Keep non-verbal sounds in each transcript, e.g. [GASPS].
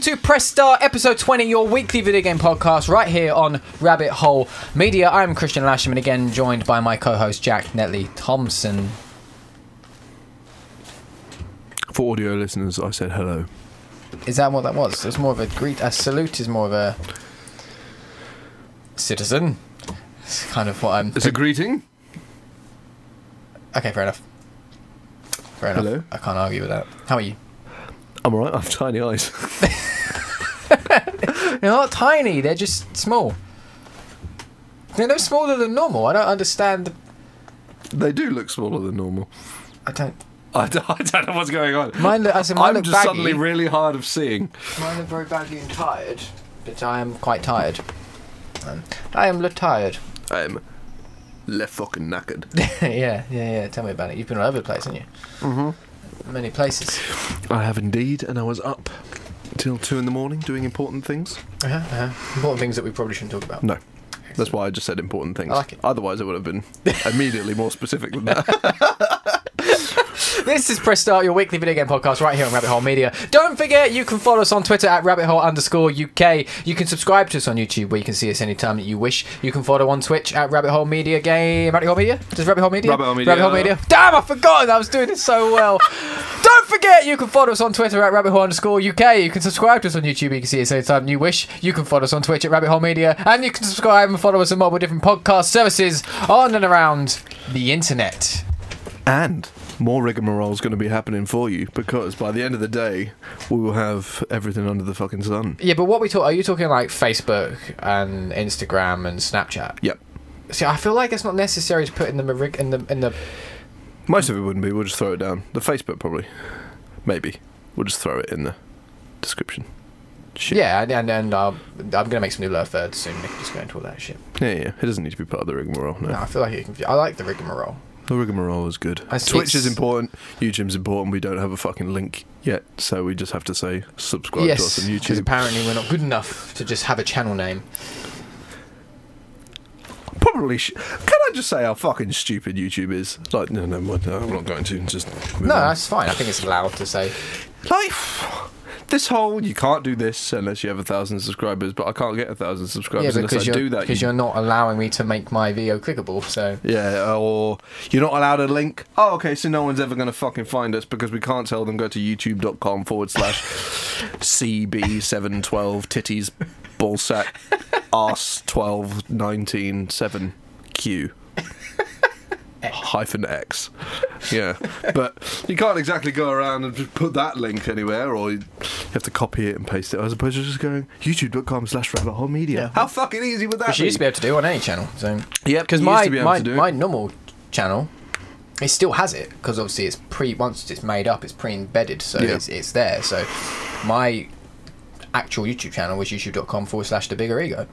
to Press Start, episode 20, your weekly video game podcast, right here on Rabbit Hole Media. I'm Christian Lasham, and again, joined by my co host, Jack Netley Thompson. For audio listeners, I said hello. Is that what that was? It's more of a greet. A salute is more of a citizen. It's kind of what I'm. It's a greeting. Okay, fair enough. Fair enough. Hello. I can't argue with that. How are you? I'm alright. I have tiny eyes. They're not tiny. They're just small. They're no smaller than normal. I don't understand. [LAUGHS] they do look smaller than normal. I don't. I don't, I don't know what's going on. Mine look. I said mine I'm look just baggy. suddenly really hard of seeing. mine look very baggy and tired, but I am quite tired. Um, I am look tired. [LAUGHS] I'm left fucking knackered. yeah, yeah, yeah. Tell me about it. You've been all over the place, haven't you? Mm-hmm. Many places. I have indeed, and I was up till two in the morning doing important things. Uh-huh, uh-huh. Important things that we probably shouldn't talk about. No. That's why I just said important things. I like it. Otherwise, it would have been immediately more specific than [LAUGHS] that. This is Press Start, your weekly video game podcast, right here on Rabbit Hole Media. Don't forget, you can follow us on Twitter at rabbit hole underscore UK. You can subscribe to us on YouTube, where you can see us anytime that you wish. You can follow on Twitch at rabbit hole media game. Rabbit hole media? Just rabbit hole media? Rabbit Hole Media. Rabbit hole media. Damn, I forgot. I was doing this so well. Don't forget, you can follow us on Twitter at rabbit hole underscore UK. You can subscribe to us on YouTube. You can see us anytime you wish. You can follow us on Twitch at rabbit hole media. And you can subscribe and follow us on multiple different podcast services on and around the internet. and more rigmarole is going to be happening for you because by the end of the day, we will have everything under the fucking sun. Yeah, but what we talk are you talking like Facebook and Instagram and Snapchat? Yep. See, I feel like it's not necessary to put in the merig- in the in the Most of it wouldn't be. We'll just throw it down. The Facebook probably, maybe. We'll just throw it in the description. Shit. yeah, and and, and I'll, I'm gonna make some new love thirds soon. Nick, just go into all that shit. Yeah, yeah. It doesn't need to be part of the rigmarole. No, No, I feel like you can. I like the rigmarole. the rigmarole is good. I see Twitch is it's- important. YouTube's important. We don't have a fucking link yet, so we just have to say subscribe to yes, us on because YouTube. apparently we're not good enough to just have a channel name. Probably. Sh- Can I just say how fucking stupid YouTube is? Like, no, no, no I'm not going to. Just move No, on. that's fine. I think it's allowed to say. like this whole you can't do this unless you have a thousand subscribers but i can't get a thousand Yeah, subscribers because unless i you're do that because you- you're not allowing me to make my video clickable. So yeah or you're not allowed a link oh okay so no one's ever going to fucking find us because we can't tell them go to youtube.com forward slash cb712 titties ballsack arse 12 19 7 q hyphen x yeah but you can't exactly go around and just put that link anywhere or you have to copy it and paste it as opposed to just going youtube.com slash rabbit hole media how fucking easy would that which you be used to be able to do on any channel. So Yep, because you used my to be able my, to do it. my normal channel, it still has it because obviously it's pre once it's made up, it's pre embedded, so Yeah. it's it's there. So my actual YouTube channel was youtube.com forward slash the bigger ego.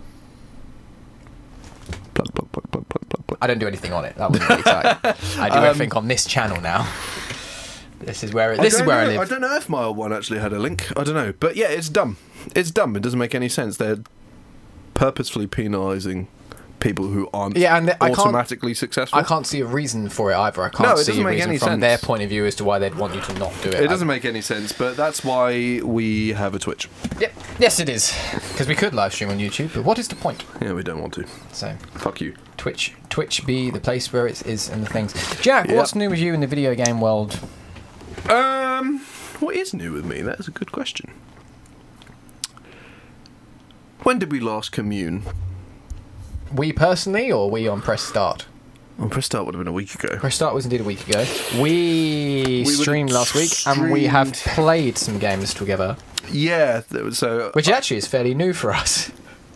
Plug, plug, plug, plug, plug, plug, plug. I don't do anything on it. That wouldn't be [LAUGHS] tight. I Um, do everything on this channel now. This is where it, this is don't where know, I live. don't know if my old one actually had a link. I don't know, but yeah, it's dumb. It's dumb. It doesn't make any sense. They're purposefully penalising people who aren't Yeah, and I can't- automatically successful. I can't see a reason for it either. I can't No, it see doesn't a make reason any from sense. their point of view as to why they'd want you to not do it. It doesn't make any sense, but that's why we have a Twitch. Yep. Yes, it is because we could live stream on YouTube, but what is the point? Yeah, we don't want to. So. Fuck you. Twitch, Twitch be the place where it is and the things. Jack, Yeah. what's new with you in the video game world? Um, what is new with me? That is a good question. When did we last commune? We personally, or we on Press Start? Well, press Oh, start would have been a week ago. Press Start was indeed a week ago. We, We would streamed have last week, and we have streamed- played some games together, Yeah, that was- so which actually is fairly new for us.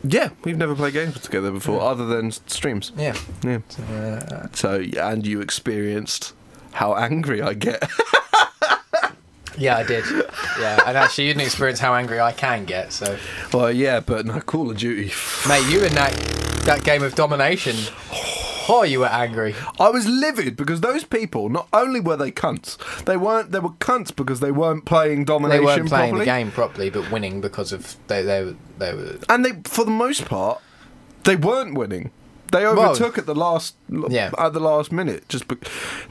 yeah, we've never played games together before, other than s- streams. Yeah. Yeah. Uh, So and you experienced how angry I get. [LAUGHS] yeah, I did. Yeah, and actually, you didn't experience how angry I can get. So, well, yeah, but no, Call of Duty. mate, you in that that game of domination? Oh, you were angry. I was livid because those people not only were they cunts, they weren't. They were cunts because they weren't playing They domination weren't playing properly. the game properly, but winning because of they they they were And they, for the most part, they weren't winning. They overtook at the last Yeah. at the last minute. Just be-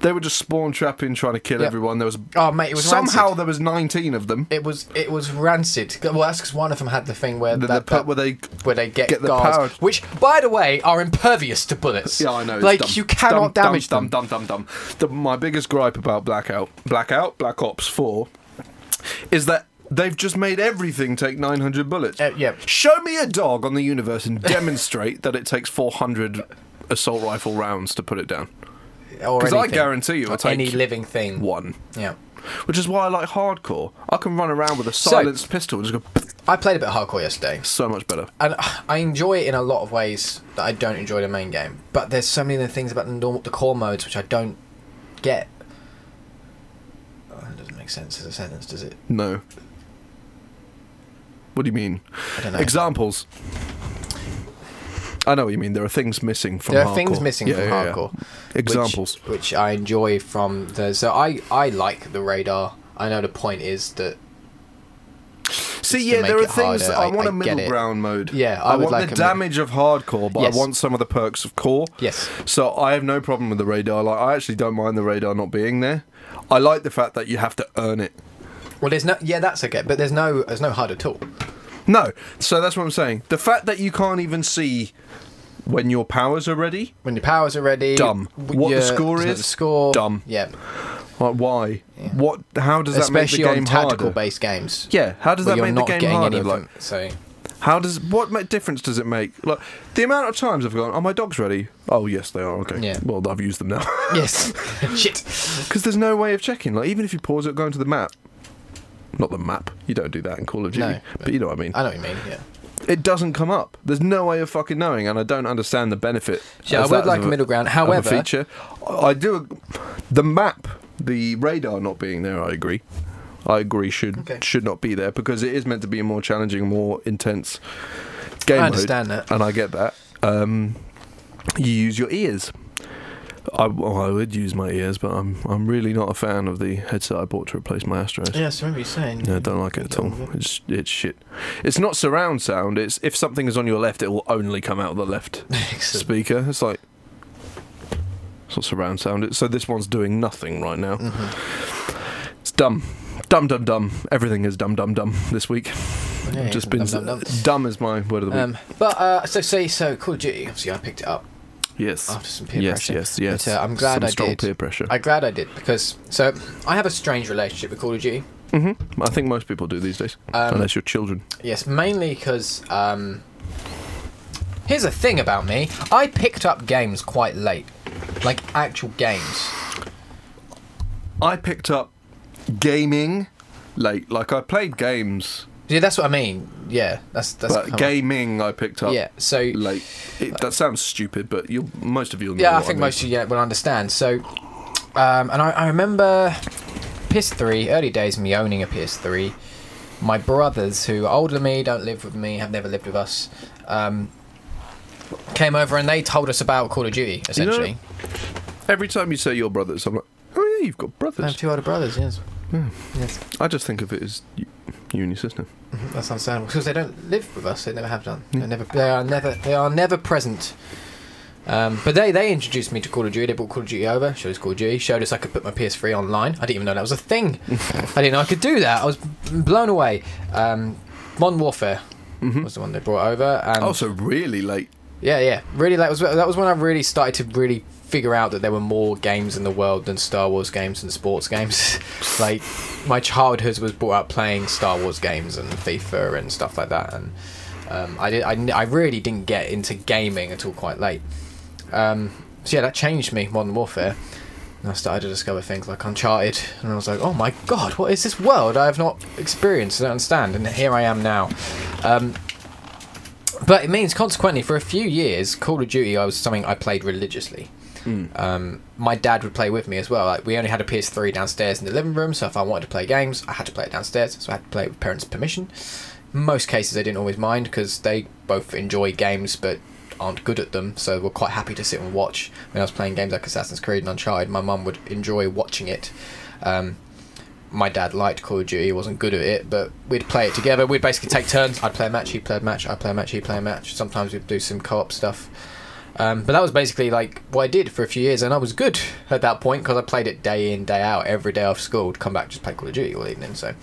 they were just spawn trapping, trying to kill Yeah. everyone. There was Oh, mate, it was somehow rancid. there was nineteen of them. It was it was rancid. Well, that's because one of them had the thing where The, the that, part that- where they where they get, get the guards, power- which by the way are impervious to bullets. Yeah, I know. it's Like dumb. you cannot Dumb, damage dumb, them. Dumb, dumb, dumb, dumb. The, my biggest gripe about Blackout, Blackout, Black Ops Four, is that they've just made everything take 900 bullets. Uh, yeah. Show me a dog on the universe and demonstrate that it takes 400 assault rifle rounds to put it down. Or Because I anything. guarantee you, Or it'll take any living thing. one. Yeah. Which is why I like hardcore. I can run around with a silenced pistol and just go I played a bit of hardcore yesterday, so much better. and I enjoy it in a lot of ways that I don't enjoy the main game. But there's so many other things about the normal, the core modes which I don't get. Oh, that doesn't make sense as a sentence, does it? No. What do you mean? I don't know. Examples. I know what you mean. There are things missing from. There are hardcore. things missing Yeah, from yeah, yeah. hardcore. Examples. which, which I enjoy from the. So I I like the radar. I know the point is that See, to yeah, make there are it things. harder, I, I- want I get a middle it. ground mode. Yeah, I I, would want like a the middle- damage of hardcore, but Yes. I want some of the perks of core. Yes. So I have no problem with the radar. Like, I actually don't mind the radar not being there. I like the fact that you have to earn it. well, there's no yeah that's okay, but there's no there's no HUD at all. No, so that's what I'm saying. The fact that you can't even see when your powers are ready. When your powers are ready, Dumb. What the your- score the is? score Dumb. Yeah, Like, why? What? How does that especially make the game on tactical harder? based games. Yeah, how does where that you're make the not game getting harder? Any Like, like, so how does what ma- difference does it make? Like, the amount of times I've gone, "Are my dogs ready?" Oh, yes, they are. Okay. Yeah. Well, I've used them now [LAUGHS] yes, [LAUGHS] shit. because there's no way of checking. Like, even if you pause it, go into the map. Not the map. You don't do that in Call of Duty, No. but you know what I mean. I know what you mean. Yeah. it doesn't come up. There's no way of fucking knowing, and I don't understand the benefit. Yeah, I as would that like of a middle ground. of a However- feature, I I do. ag- The map, the radar not being there, I agree. I agree should Okay. should not be there because it is meant to be a more challenging, more intense game. I mode, understand that. and I get that. Um, you use your ears. I, well, I would use my ears, but I'm I'm really not a fan of the headset I bought to replace my Astros. Yes, remember you saying. No, I don't like it at all. It's it's shit. It's not surround sound. It's if something is on your left, it will only come out of the left [LAUGHS] Excellent. speaker. It's like it's not surround sound. It's, so this one's doing nothing right now. Mm-hmm. It's dumb, dumb, dumb, dumb. Everything is dumb, dumb, dumb this week. Yeah, Just dumb, been dumb, dumb. dumb is my word of [LAUGHS] the week. Um, but uh, so say so Call of Duty. Obviously, I picked it up yes. after some oh, peer yes, pressure. yes, yes, But, uh, I'm glad Some I strong did. peer pressure. I, I'm glad I did because so I have a strange relationship with Call of Duty. I think most people do these days, Um, unless you're children. Yes, mainly because um, here's the thing about me: I picked up games quite late, like actual games. I picked up gaming late. Like I played games. Yeah, that's what I mean. Yeah, that's that's but kind of- gaming I picked up Yeah, so late. It, that sounds stupid, but you will most of you know. yeah, I what think mean. most of you will understand. So, um, and I, I remember PS3 early days, me owning a PS3. My brothers, who are older than me, don't live with me, have never lived with us, um, came over and they told us about Call of Duty. Essentially, Every time you say your brothers, I'm like, oh yeah, you've got I have brothers. two older brothers. Yes, yes. I just think of it as y- you and your sister. That's understandable because they don't live with us. They never have done. They never. They are never. They are never present. Um, but they they introduced me to Call of Duty. They brought Call of Duty over. Showed us Call of Duty. Showed us I could put my PS3 online. I didn't even know that was a thing. I didn't know I could do that. I was blown away. Um, Modern Warfare was the one they brought over. And Also, really late. yeah, yeah, really. That was that was when I really started to really figure out that there were more games in the world than Star Wars games and sports games. [LAUGHS] like my childhood was brought up playing Star Wars games and FIFA and stuff like that, and um, I did. I, n- I really didn't get into gaming until quite late. Um, so yeah, that changed me. Modern Warfare. And I started to discover things like Uncharted, and I was like, "Oh my god, what is this world I have not experienced? I don't understand." And here I am now. Um, but it means, consequently, for a few years, Call of Duty I was something I played religiously. Um, my dad would play with me as well. Like we only had a PS3 downstairs in the living room, so if I wanted to play games, I had to play it downstairs. So I had to play it with parents' permission. Most cases, they didn't always mind because they both enjoy games but aren't good at them. So were quite happy to sit and watch. When I was playing games like Assassin's Creed and Uncharted, my mum would enjoy watching it. Um, my dad liked Call of Duty, he wasn't good at it, but we'd play it together. We'd basically take turns. I'd play a match, he'd play a match, I'd play a match, he'd play a match. Sometimes we'd do some co op stuff. Um, but that was basically like what I did for a few years, and I was good at that point because I played it day in, day out, every day after school. Would come back just play Call of Duty all evening. So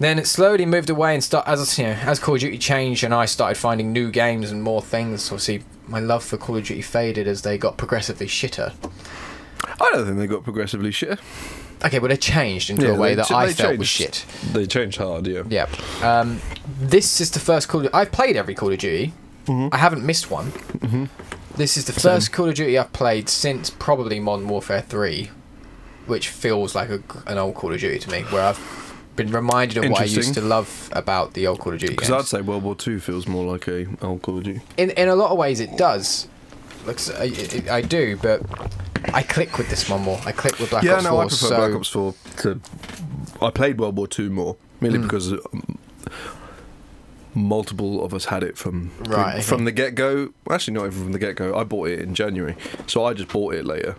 then it slowly moved away and start as you know as Call of Duty changed, and I started finding new games and more things. Obviously, my love for Call of Duty faded as they got progressively shitter. I don't think they got progressively shitter. Okay, but they changed into Yeah, a way they that ch- I they felt was changed. shit. They change hard, yeah. Yep. Um, this is the first Call. Of, I've played every Call of Duty. Mm-hmm. I haven't missed one. This is the first Call of Duty I've played since probably Modern Warfare Three, which feels like a, an old Call of Duty to me, where I've been reminded of what I used to Interesting. love about the old Call of Duty. Because games. I'd say World War Two feels more like a old Call of Duty. in in a lot of ways it does. Looks, I, I- I do, but I click with this one more. I click with Black yeah, Ops no, 4. I prefer so Black Ops Four. To, I played World War Two more merely Hmm. because um, multiple of us had it from Right, okay. from the get go. Actually, not even from the get go. I bought it in January, so I just bought it later.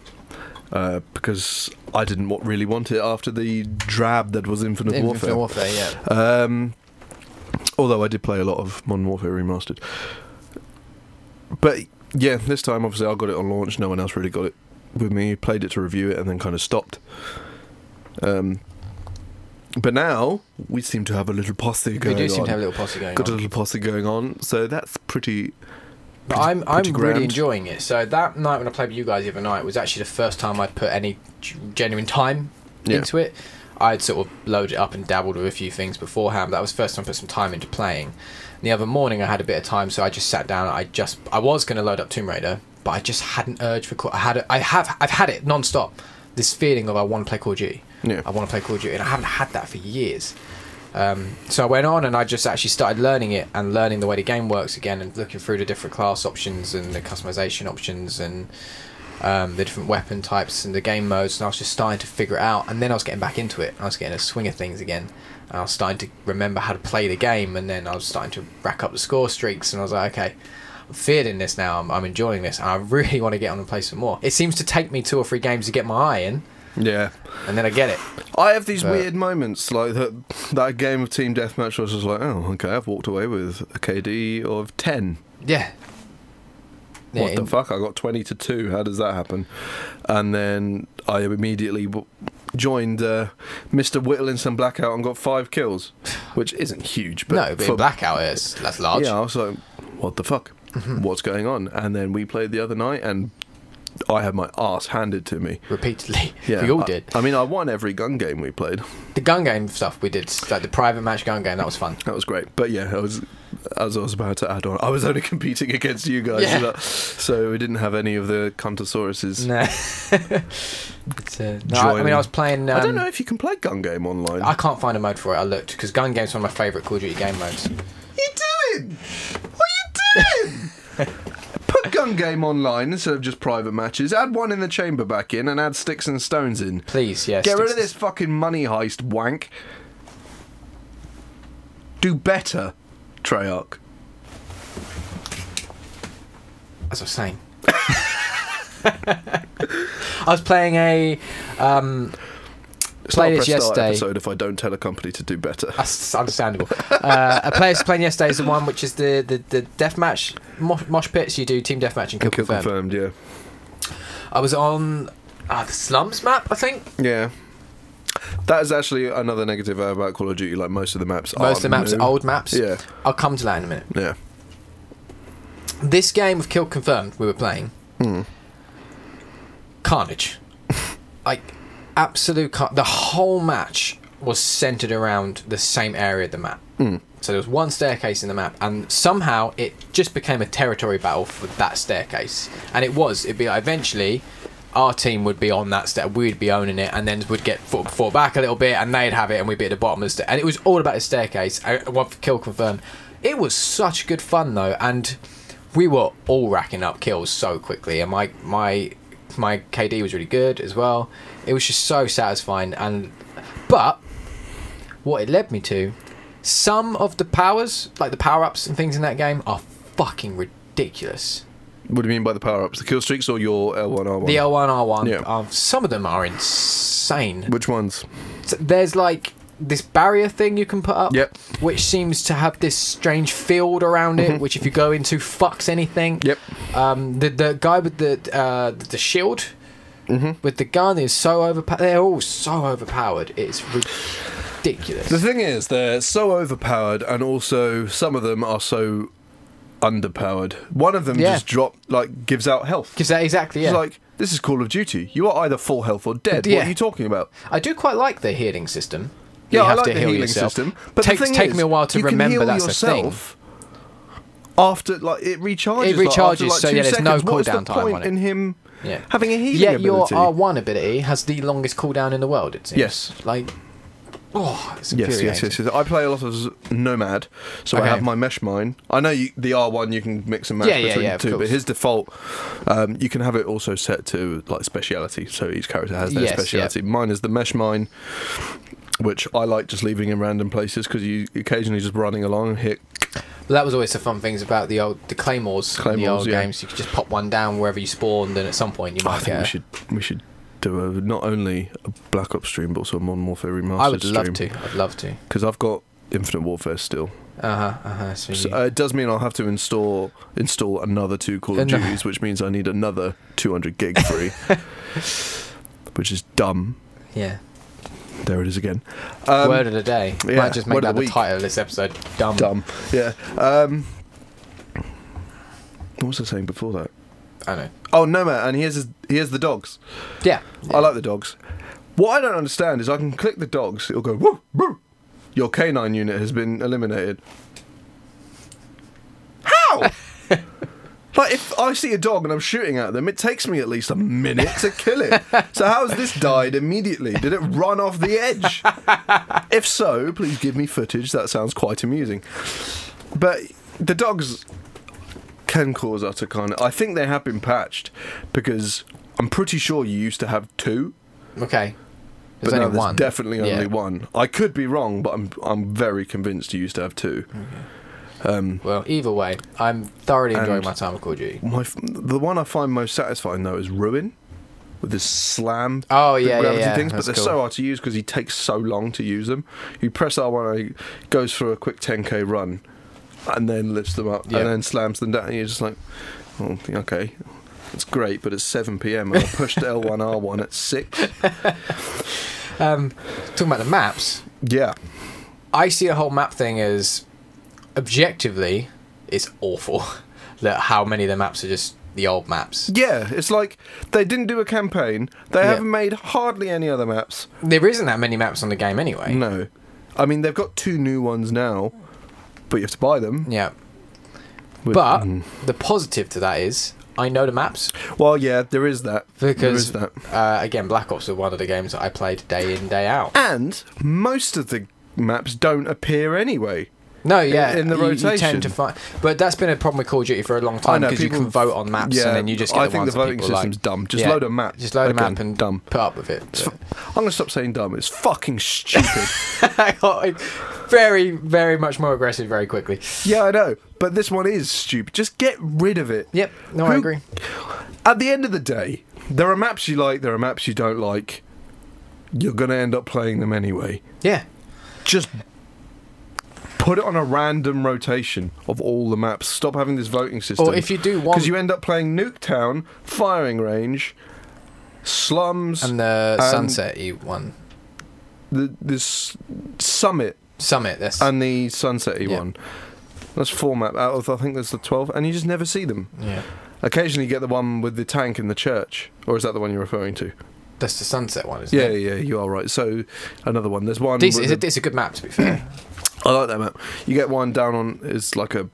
Uh, because I didn't wa- really want it after the drab that was Infinite, Infinite Warfare. Warfare, yeah. Um, although I did play a lot of Modern Warfare Remastered. But yeah, this time obviously I got it on launch. No one else really got it with me. Played it to review it and then kind of stopped. Um, but now we seem to have a little posse We going do seem on. to have a little posse going got a on. little posse going on, so that's pretty. But I'm I'm pretty really grand. enjoying it. So that night when I played with you guys the other night was actually the first time I'd put any g- genuine time Yeah. into it. I'd sort of loaded it up and dabbled with a few things beforehand. But that was the first time I put some time into playing. And the other morning I had a bit of time, so I just sat down. I just I was going to load up Tomb Raider, but I just had an urge for Call. I had it. I have I've had it non-stop. This feeling of I want to play Call of Duty. Yeah. I want to play Call of Duty, and I haven't had that for years. Um, so I went on and I just actually started learning it and learning the way the game works again and looking through the different class options and the customization options and um, the different weapon types and the game modes. And I was just starting to figure it out. And then I was getting back into it. I was getting a swing of things again. And I was starting to remember how to play the game. And then I was starting to rack up the score streaks. And I was like, okay, I'm feeling this now. I'm, I'm enjoying this. And I [LAUGHS] really want to get on and play some more. It seems to take me two or three games to get my eye in. Yeah, And then I get it. I have these But- weird moments like that. That game of Team Deathmatch was just like, oh, okay, I've walked away with a KD of ten. Yeah. what Yeah, the in- fuck? I got 20 to 2. How does that happen? And then I immediately w- joined uh, Mr. Whittlinson Blackout and got five kills, which isn't huge, but. no, but in for- blackout is that's large. Yeah, I was like, what the fuck? Mm-hmm. What's going on? And then we played the other night and I had my ass handed to me. Repeatedly, [LAUGHS] Yeah, we all I- did. I mean, I won every gun game we played. The gun game stuff we did, like the private match gun game, that was [LAUGHS] fun. That was great. But yeah, I was as I was about to add on, I was only [LAUGHS] competing against you guys, Yeah. but- so we didn't have any of the Contosauruses. No, It's, uh, no, I, I mean I was playing. Um, I don't know if you can play gun game online. I can't find a mode for it. I looked because gun game's one of my favourite Call of Duty game modes. you doing? What are you doing? [LAUGHS] Put gun game online instead of just private matches. Add one in the chamber back in and add sticks and stones in. Please, yes. Get rid of this fucking money heist wank. Do better, Treyarch. As I was saying, [LAUGHS] I was playing a. Um, It's Played not a it press start yesterday. episode if I don't tell a company to do better. that's understandable. uh, a player playing yesterday is the one which is the the, the deathmatch mosh, mosh pits. You do team deathmatch and kill, Kill confirm. confirmed, yeah. I was on uh, the slums map, I think. Yeah. That is actually another negative I have about Call of Duty. Like most of the maps are Most of the maps new. are old maps. Oh, Yeah. I'll come to that in a minute. Yeah. This game of Kill Confirmed we were playing. Carnage. like, absolute car- The whole match was centered around the same area of the map. So there was one staircase in the map, and somehow it just became a territory battle for that staircase. And it was. It'd be like eventually our team would be on that step, we'd be owning it, and then we'd get fought, fought back a little bit, and they'd have it, and we'd be at the bottom of the stair. And it was all about the staircase. I, one for kill confirmed. It was such good fun though, and we were all racking up kills so quickly, and my my my KD was really good as well. It was just so satisfying, and but what it led me to, some of the powers, like the power ups and things in that game, are fucking ridiculous. What do you mean by the power ups? The kill streaks or your L1R1? The L1R1, Yeah. um, some of them are insane. Which ones? So there's like this barrier thing you can put up, Yep. which seems to have this strange field around it, Mhm. which if you go into fucks anything. Yep. Um, the the guy with the uh, the shield Mm-hmm. with the gun is so overpowered. They're all so overpowered. It's ridiculous. The thing is, they're so overpowered, and also some of them are so underpowered. One of them Yeah. just drop like gives out health. Because that exactly, yeah. It's like this is Call of Duty. You are either full health or dead. What Yeah. are you talking about? I do quite like the healing system. Yeah, you have I like to the heal healing yourself. system. But takes the thing take is, me a while to you can remember heal that's yourself After like it recharges, It like, after, recharges, like, so two yeah, there's no seconds. What's cooldown the time point on it. in him a thing. Yeah. having a healing Yet ability. your R1 ability has the longest cooldown in the world, it seems. Yes. Like, oh, it's Yes, yes, yes, yes. I play a lot of Z- Nomad, so I Okay. have my mesh mine. I know you, the R1 you can mix and match Yeah, yeah, between yeah, the of two, but course. his default, um, you can have it also set to like speciality, so each character has their Yes, yeah. speciality. Mine is the mesh mine, which I like just leaving in random places because you occasionally just running along and hit. Well, that was always the fun things about the old the claymores, in the Claymores, old yeah. games. You could just pop one down wherever you spawned, and at some point you I might think get. we a- should we should do a, not only a Black Ops stream but also a Modern Warfare remastered I would love to. I'd love to. because I've got Infinite Warfare still. Uh huh. Uh huh. So So, you- uh, it does mean I'll have to install install another two Call of Ano- Duties, which means I need another 200 gig free, which is dumb. yeah. There it is again. Um, word of the day. yeah, might just make word of that the the, week. title of this episode. Dumb. Dumb. Yeah. Um, what was I saying before that? I know. Oh, no, man. And here's his, here's the dogs. Yeah. I like the dogs. What I don't understand is I can click the dogs. It'll go woo woo. Your canine unit has been eliminated. How? like if I see a dog and I'm shooting at them, it takes me at least a minute to kill it. so how has this died immediately? Did it run off the edge? if so, please give me footage. That sounds quite amusing. But the dogs can cause utter kind of. I think they have been patched because I'm pretty sure you used to have two, Okay. There's but now only there's one. definitely Yeah. only one. I could be wrong, but I'm I'm very convinced you used to have two. Hmm. Um, Well, either way, I'm thoroughly enjoying And- my time with Call of Duty. my f- the one I find most satisfying though is Ruin, with this slam. Oh the yeah, yeah, gravity yeah. things, but That's they're cool. so hard to use because he takes so long to use them. You press R1, it goes for a quick 10k run, and then lifts them up, Yeah. and then slams them down. And you're just like, oh, okay, it's great, but it's 7 p.m. and I [LAUGHS] pushed L1 R1 at six. Um, talking about the maps, Yeah, I see the whole map thing as objectively, it's awful. [LAUGHS] That how many of the maps are just the old maps. yeah. It's like they didn't do a campaign. They Yeah. haven't made hardly any other maps. There isn't that many maps on the game anyway. No, I mean they've got two new ones now, but you have to buy them. Yeah, With- but Mm. the positive to that is I know the maps well, yeah, there is that. there because is that. Uh, again, Black Ops was one of the games that I played day in day out. And most of the maps don't appear anyway. No, yeah, in the you- You rotation. tend to find, but that's been a problem with Call of Duty for a long time because you can vote on maps and then you just get I the think ones the that voting people system's like. dumb. Just Yeah, load a map. Just load a Again, map and dumb. put up with it. [LAUGHS] It's fu- I'm gonna stop saying dumb. It's fucking stupid. I got like, very, very much more aggressive very quickly. yeah, I know, but this one is stupid. Just get rid of it. Yep, no, I Who- agree. At the end of the day, there are maps you like. There are maps you don't like. You're gonna end up playing them anyway. Yeah, just put it on a random rotation of all the maps. Stop having this voting system. Or if you do want- because you end up playing Nuketown, Firing Range, Slums, and the And- sunset you one the this Summit, summit. That's and the Sunsetty Yeah. one. That's four map out of I think there's the twelve, and you just never see them. yeah, Occasionally, you get the one with the tank in the church, or is that the one you're referring to? that's the sunset one, isn't Yeah, it? yeah, you are right. So another one. There's one. Decent. with It's the- a, it's a good map to be fair. I like that map. You get one down on it's like a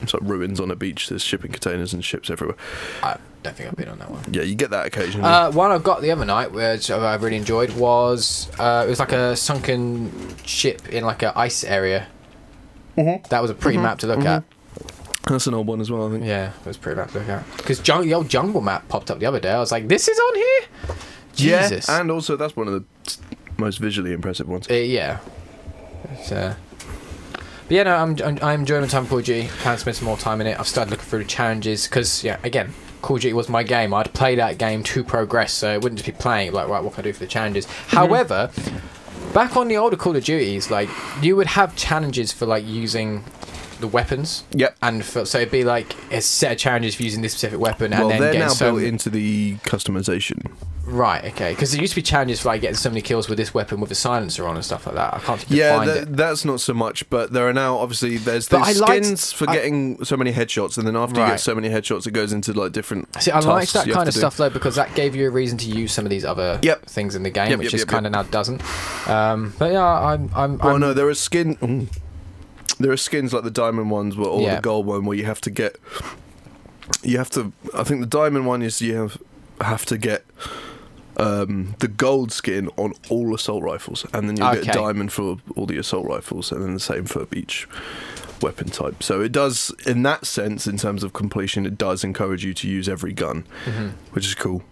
it's like ruins on a beach. There's shipping containers and ships everywhere. I don't think I've been on that one. Yeah, you get that occasionally. Uh, one I got the other night, which I really enjoyed, was uh, it was like a sunken ship in like a ice area. That was a pretty map to look at. That's an old one as well, I think. Yeah, it was a pretty map to look at. Because jung- the old jungle map popped up the other day. I was like, this is on here. Yeah, Jesus. and also that's one of the most visually impressive ones. Uh, yeah. It's, uh, but yeah, no, I'm, I'm, I'm enjoying my time with Call of Duty. Plan to spend some more time in it. I've started looking through the challenges because, yeah, again, Call of Duty was my game. I'd Mm-hmm. play that game to progress, so it wouldn't just be playing, like, right, what can I do for the challenges? However, Back on the older Call of Duties, like you would have challenges for like using the weapons. Yep. And for, so it'd be like a set of challenges for using this specific weapon, and well, then they're getting now so built into the customization. right. Okay, because there used to be challenges for like getting so many kills with this weapon with a silencer on and stuff like that. I can't seem to Yeah, find tha- it. that's not so much, but there are now obviously there's the But I skins liked- for I- getting so many headshots, and then after you Right. get so many headshots, it goes into like different. See, I like tasks that you have kind of to do. stuff though because that gave you a reason to use some of these other Yep. things in the game, Yep, which yep, is yep, kind of now doesn't. Um, but yeah, I'm, I'm, Well, I'm no, there are skin. mm. there are skins like the diamond ones, where, or Yeah. the gold one, where you have to get. You have to. I think the diamond one is you have have to get um, the gold skin on all assault rifles, and then you will Okay. get diamond for all the assault rifles, and then the same for each weapon type. So it does, in that sense, in terms of completion, it does encourage you to use every gun, which is cool.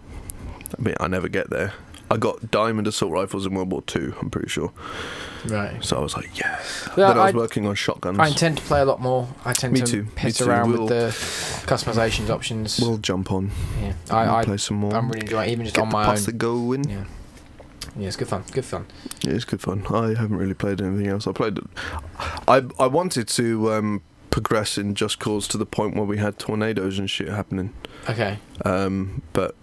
I mean, I never get there. I got diamond assault rifles in World War Two. I'm pretty sure. right. So I was like, yes. Yeah, then I was I- working on shotguns. I intend to play a lot more. I tend Me to too, me piss too. around We'll- with the customizations options. we'll jump on. yeah, I, I, I, play some more. I'm really enjoying it, even just Get on the my own. pasta going. Yeah. Yeah, it's good fun. Good fun. Yeah, it's good fun. I haven't really played anything else. I played. I I wanted to um, progress in Just Cause to the point where we had tornadoes and shit happening, [LAUGHS] Okay. um, but.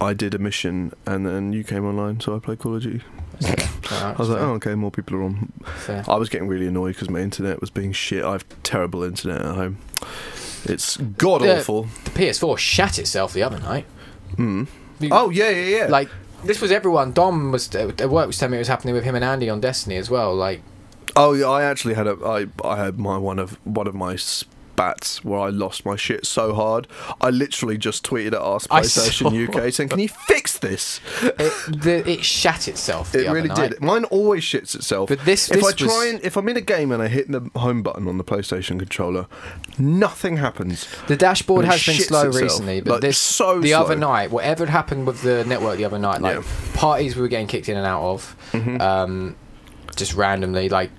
I did a mission and then you came online, so I played Call of Duty. I was like, oh, okay, more people are on. fair. I was getting really annoyed because my internet was being shit. I have terrible internet at home. It's god Yeah. awful. The PS4 shat itself the other night. Mm. You- Oh, yeah, yeah, yeah. Like, this was everyone. Dom was at work was telling me it was happening with him and Andy on Destiny as well. Like, Oh yeah, I actually had a I I had my one of one of my spats where I lost my shit so hard. I literally just tweeted at Ask I saw- PlayStation UK saying, "Can you fix this?" it, the, it shat itself. The It other really night. did. Mine always shits itself. But this- if this I was- try and if I'm in a game and I hit the home button on the PlayStation controller, nothing happens. The dashboard And it has been shits slow itself. recently, but Like, this so the other slow. night, whatever had happened with the network the other night, like parties we were getting kicked in and out of, Mm-hmm. um, just randomly, like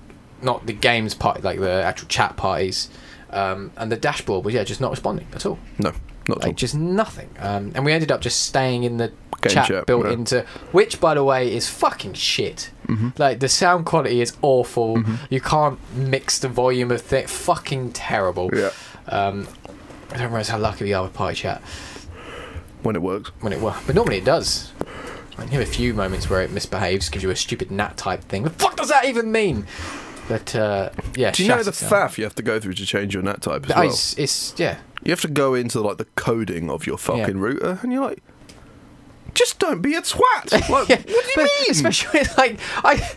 not the games part, like the actual chat parties, um, and the dashboard was yeah just not responding at all, No, not at all. like just nothing, um, and we ended up just staying in the Game chat, chat, built yeah. Mm-hmm. into which by the way is fucking shit. Like the sound quality is awful. You can't mix the volume of things. Fucking terrible. Yeah, Um, I don't realise how lucky we are with Party Chat when it works. when it works, but normally it does. I have a few moments where it misbehaves, gives you a stupid nat type thing. The fuck does that even mean? But uh, yeah, Do you know shut the it down. faff you have to go through to change your NAT type as But well? It's, it's yeah, You have to go into like the coding of your fucking router, and you're like, just don't be [LAUGHS] a twat. Like, yeah. what do you but mean? Especially [LAUGHS] like I,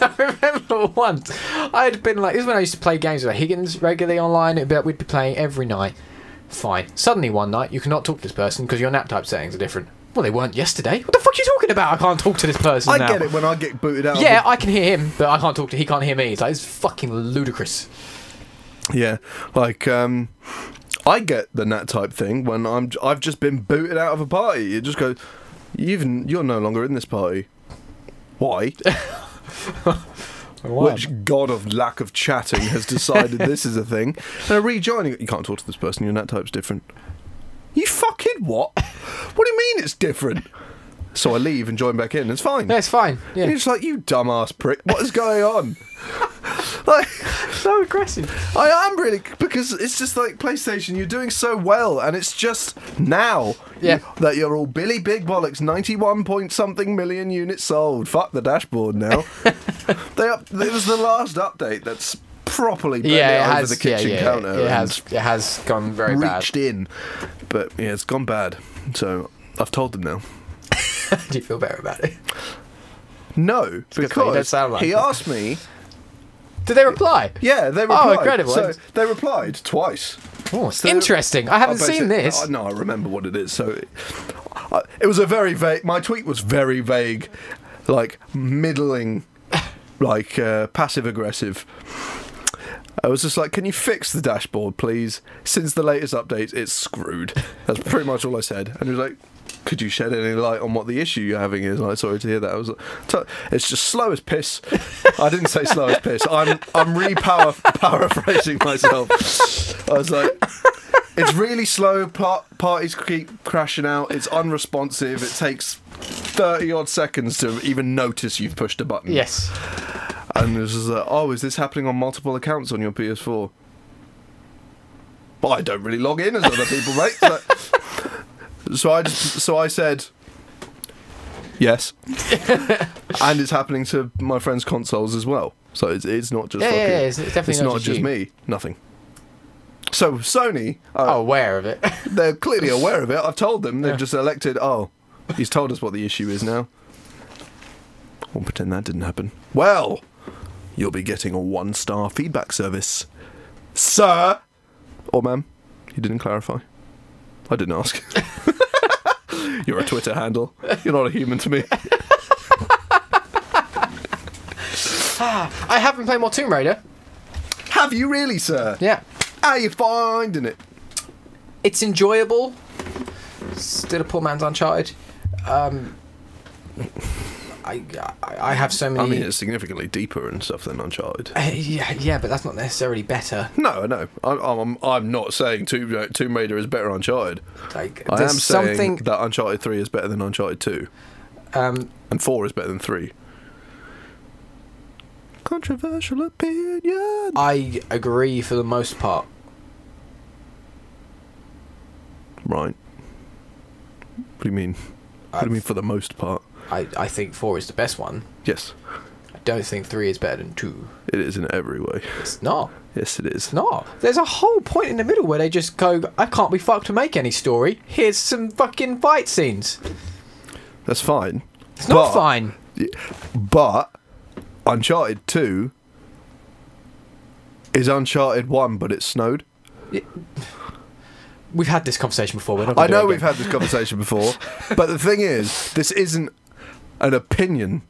I remember once I had been like this is when I used to play games with Higgins regularly online. It'd be like we'd be playing every night. Fine. Suddenly one night you cannot talk to this person because your nap type settings are different. Well, they weren't yesterday. What the fuck are you talking about? I can't talk to this person. I now. get it when I get booted out. Yeah, Of I can hear him, but I can't talk to. He can't hear me. It's like it's fucking ludicrous. the, yeah. Like, um, I get the nat type thing when I'm. I've just been booted out of a party. It just goes, even you're no longer in this party. Why? Oh, Which god of lack of chatting has decided this is a thing? And I rejoin. You can't talk to this person. Your nat type's different. You fucking what? What do you mean it's different? So I leave and join back in. It's fine. That's fine. And Yeah, It's like, you dumbass prick, what is going on? [LAUGHS] like, so aggressive. I am really, because it's just like PlayStation, you're doing so well, and it's just now Yeah. that you're all Billy Big Bollocks, 91 point something million units sold. Fuck the [LAUGHS] dashboard now. they up, it was the last update that's properly bent it Yeah, it over has. the kitchen yeah, yeah, counter it and has. It has gone very bad. [LAUGHS] reached in. But yeah, it's gone bad. So I've told them now. Do you feel better about it? No, you don't because sound like he it. asked me Did they reply? Yeah, they replied. Oh, incredible. So they replied twice. Oh, it's So- Oh, interesting. I haven't I seen basi- this. I- No, I remember what it is. So it, I, it was a very vague. My tweet was very vague, like middling, like uh, passive aggressive. I was just like, "Can you fix the dashboard, please? Since the latest update, it's screwed." That's pretty much all I said. And he was like, "Could you shed any light on what the issue you're having is?" And I sorry to hear that. I was like, "T- "It's just slow as piss." I didn't say slow as piss. I'm I'm re-power paraphrasing myself. I was like. It's really slow. Par- parties keep crashing out. It's unresponsive. It takes thirty odd seconds to even notice you've pushed a button. Yes. And it was just like, oh, is this happening on multiple accounts on your PS4? Well, I don't really log in as other people, mate. So, [LAUGHS] so I just, so I said, [LAUGHS] yes, and it's happening to my friends' consoles as well. So it's, it's not just Yeah, yeah, fucking- yeah, it's definitely it's not not just just you. me. Nothing. So Sony, uh, Oh, aware of it. they're clearly aware of it. I've told them. They've Yeah. just elected. Oh, he's told us what the issue is now. We'll pretend that didn't happen. Well, you'll be getting a one-star feedback service, sir or ma'am. You didn't clarify. I didn't ask. [LAUGHS] You're a Twitter handle. You're not a human to me. [LAUGHS] I haven't played more Tomb Raider. Have you really, sir? Yeah. How you finding it? It's enjoyable. Still a poor man's Uncharted. Um, I, I I have so many. I mean, it's significantly deeper and stuff than Uncharted. Uh, yeah, yeah, but that's not necessarily better. No, no. I, I'm, I'm not saying Tomb, Tomb Raider is better Uncharted. Like I am there's saying something. that Uncharted 3 is better than Uncharted 2, um, and 4 is better than 3. Controversial opinion. I agree for the most part. Right. What do you mean? What do you mean for the most part? I I think four is the best one. Yes, I don't think three is better than two. it is in every way. It's not. Yes, it is. It's not. There's a whole point in the middle where they just go, I can't be fucked to make any story. Here's some fucking fight scenes. That's fine. It's not But- fine. But Uncharted 2 is Uncharted 1, but it snowed. We've had this conversation before. We're not gonna I do it know we've again. had this conversation before, [LAUGHS] but the thing is, this isn't an opinion.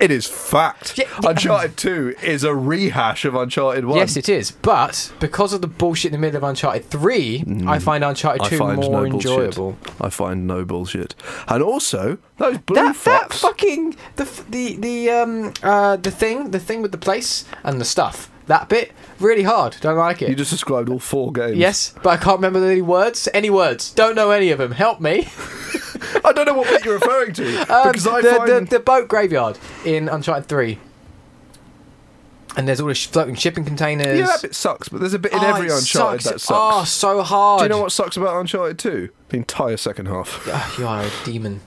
It is fact. Yeah, yeah. Uncharted 2 is a rehash of Uncharted 1. Yes, it is. But because of the bullshit in the middle of Uncharted 3, Mm. I find Uncharted 2 more enjoyable. Bullshit. I find no bullshit. And also, those blue That, that fox. fucking the f- the the um uh the thing the thing with the place and the stuff that bit really hard don't like it you just described all four games. yes but I can't remember any words any words don't know any of them help me [LAUGHS] I don't know what bit you're referring to. Um, because I the, find the, the boat graveyard in Uncharted 3. And there's all the sh- floating shipping containers. Yeah, that bit sucks, but there's a bit in Oh, every it Uncharted sucks. that Oh, sucks. so hard. Do you know what sucks about Uncharted 2? The entire second half. Ah, [SIGHS] you are a demon.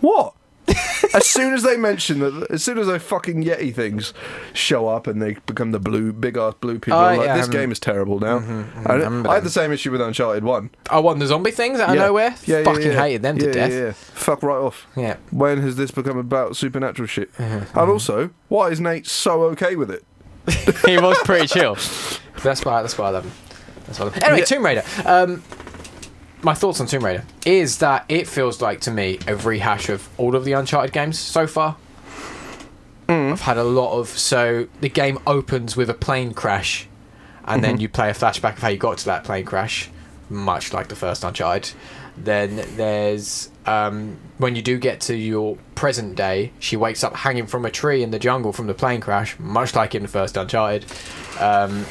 What? [LAUGHS] as soon as they mention that, as soon as those fucking Yeti things show up and they become the blue, big ass blue people, Oh, I'm like, yeah, I this remember. game is terrible now. And I remember I, had them. the same issue with Uncharted 1. I want the zombie things out of nowhere. Fucking hated them to Yeah, death. Yeah, yeah. Fuck right off. Yeah. When has this become about supernatural shit? Mm-hmm, And also, why is Nate so okay with it? [LAUGHS] he was pretty chill. That's why. That's why I love him. That's why I love him. Anyway, Yeah. Tomb Raider. Um, my thoughts on Tomb Raider is that it feels like to me a rehash of all of the Uncharted games so far. I've had a lot of so the game opens with a plane crash, and then you play a flashback of how you got to that plane crash, much like the first Uncharted. Then there's um, when you do get to your present day, she wakes up hanging from a tree in the jungle from the plane crash, much like in the first Uncharted. Um,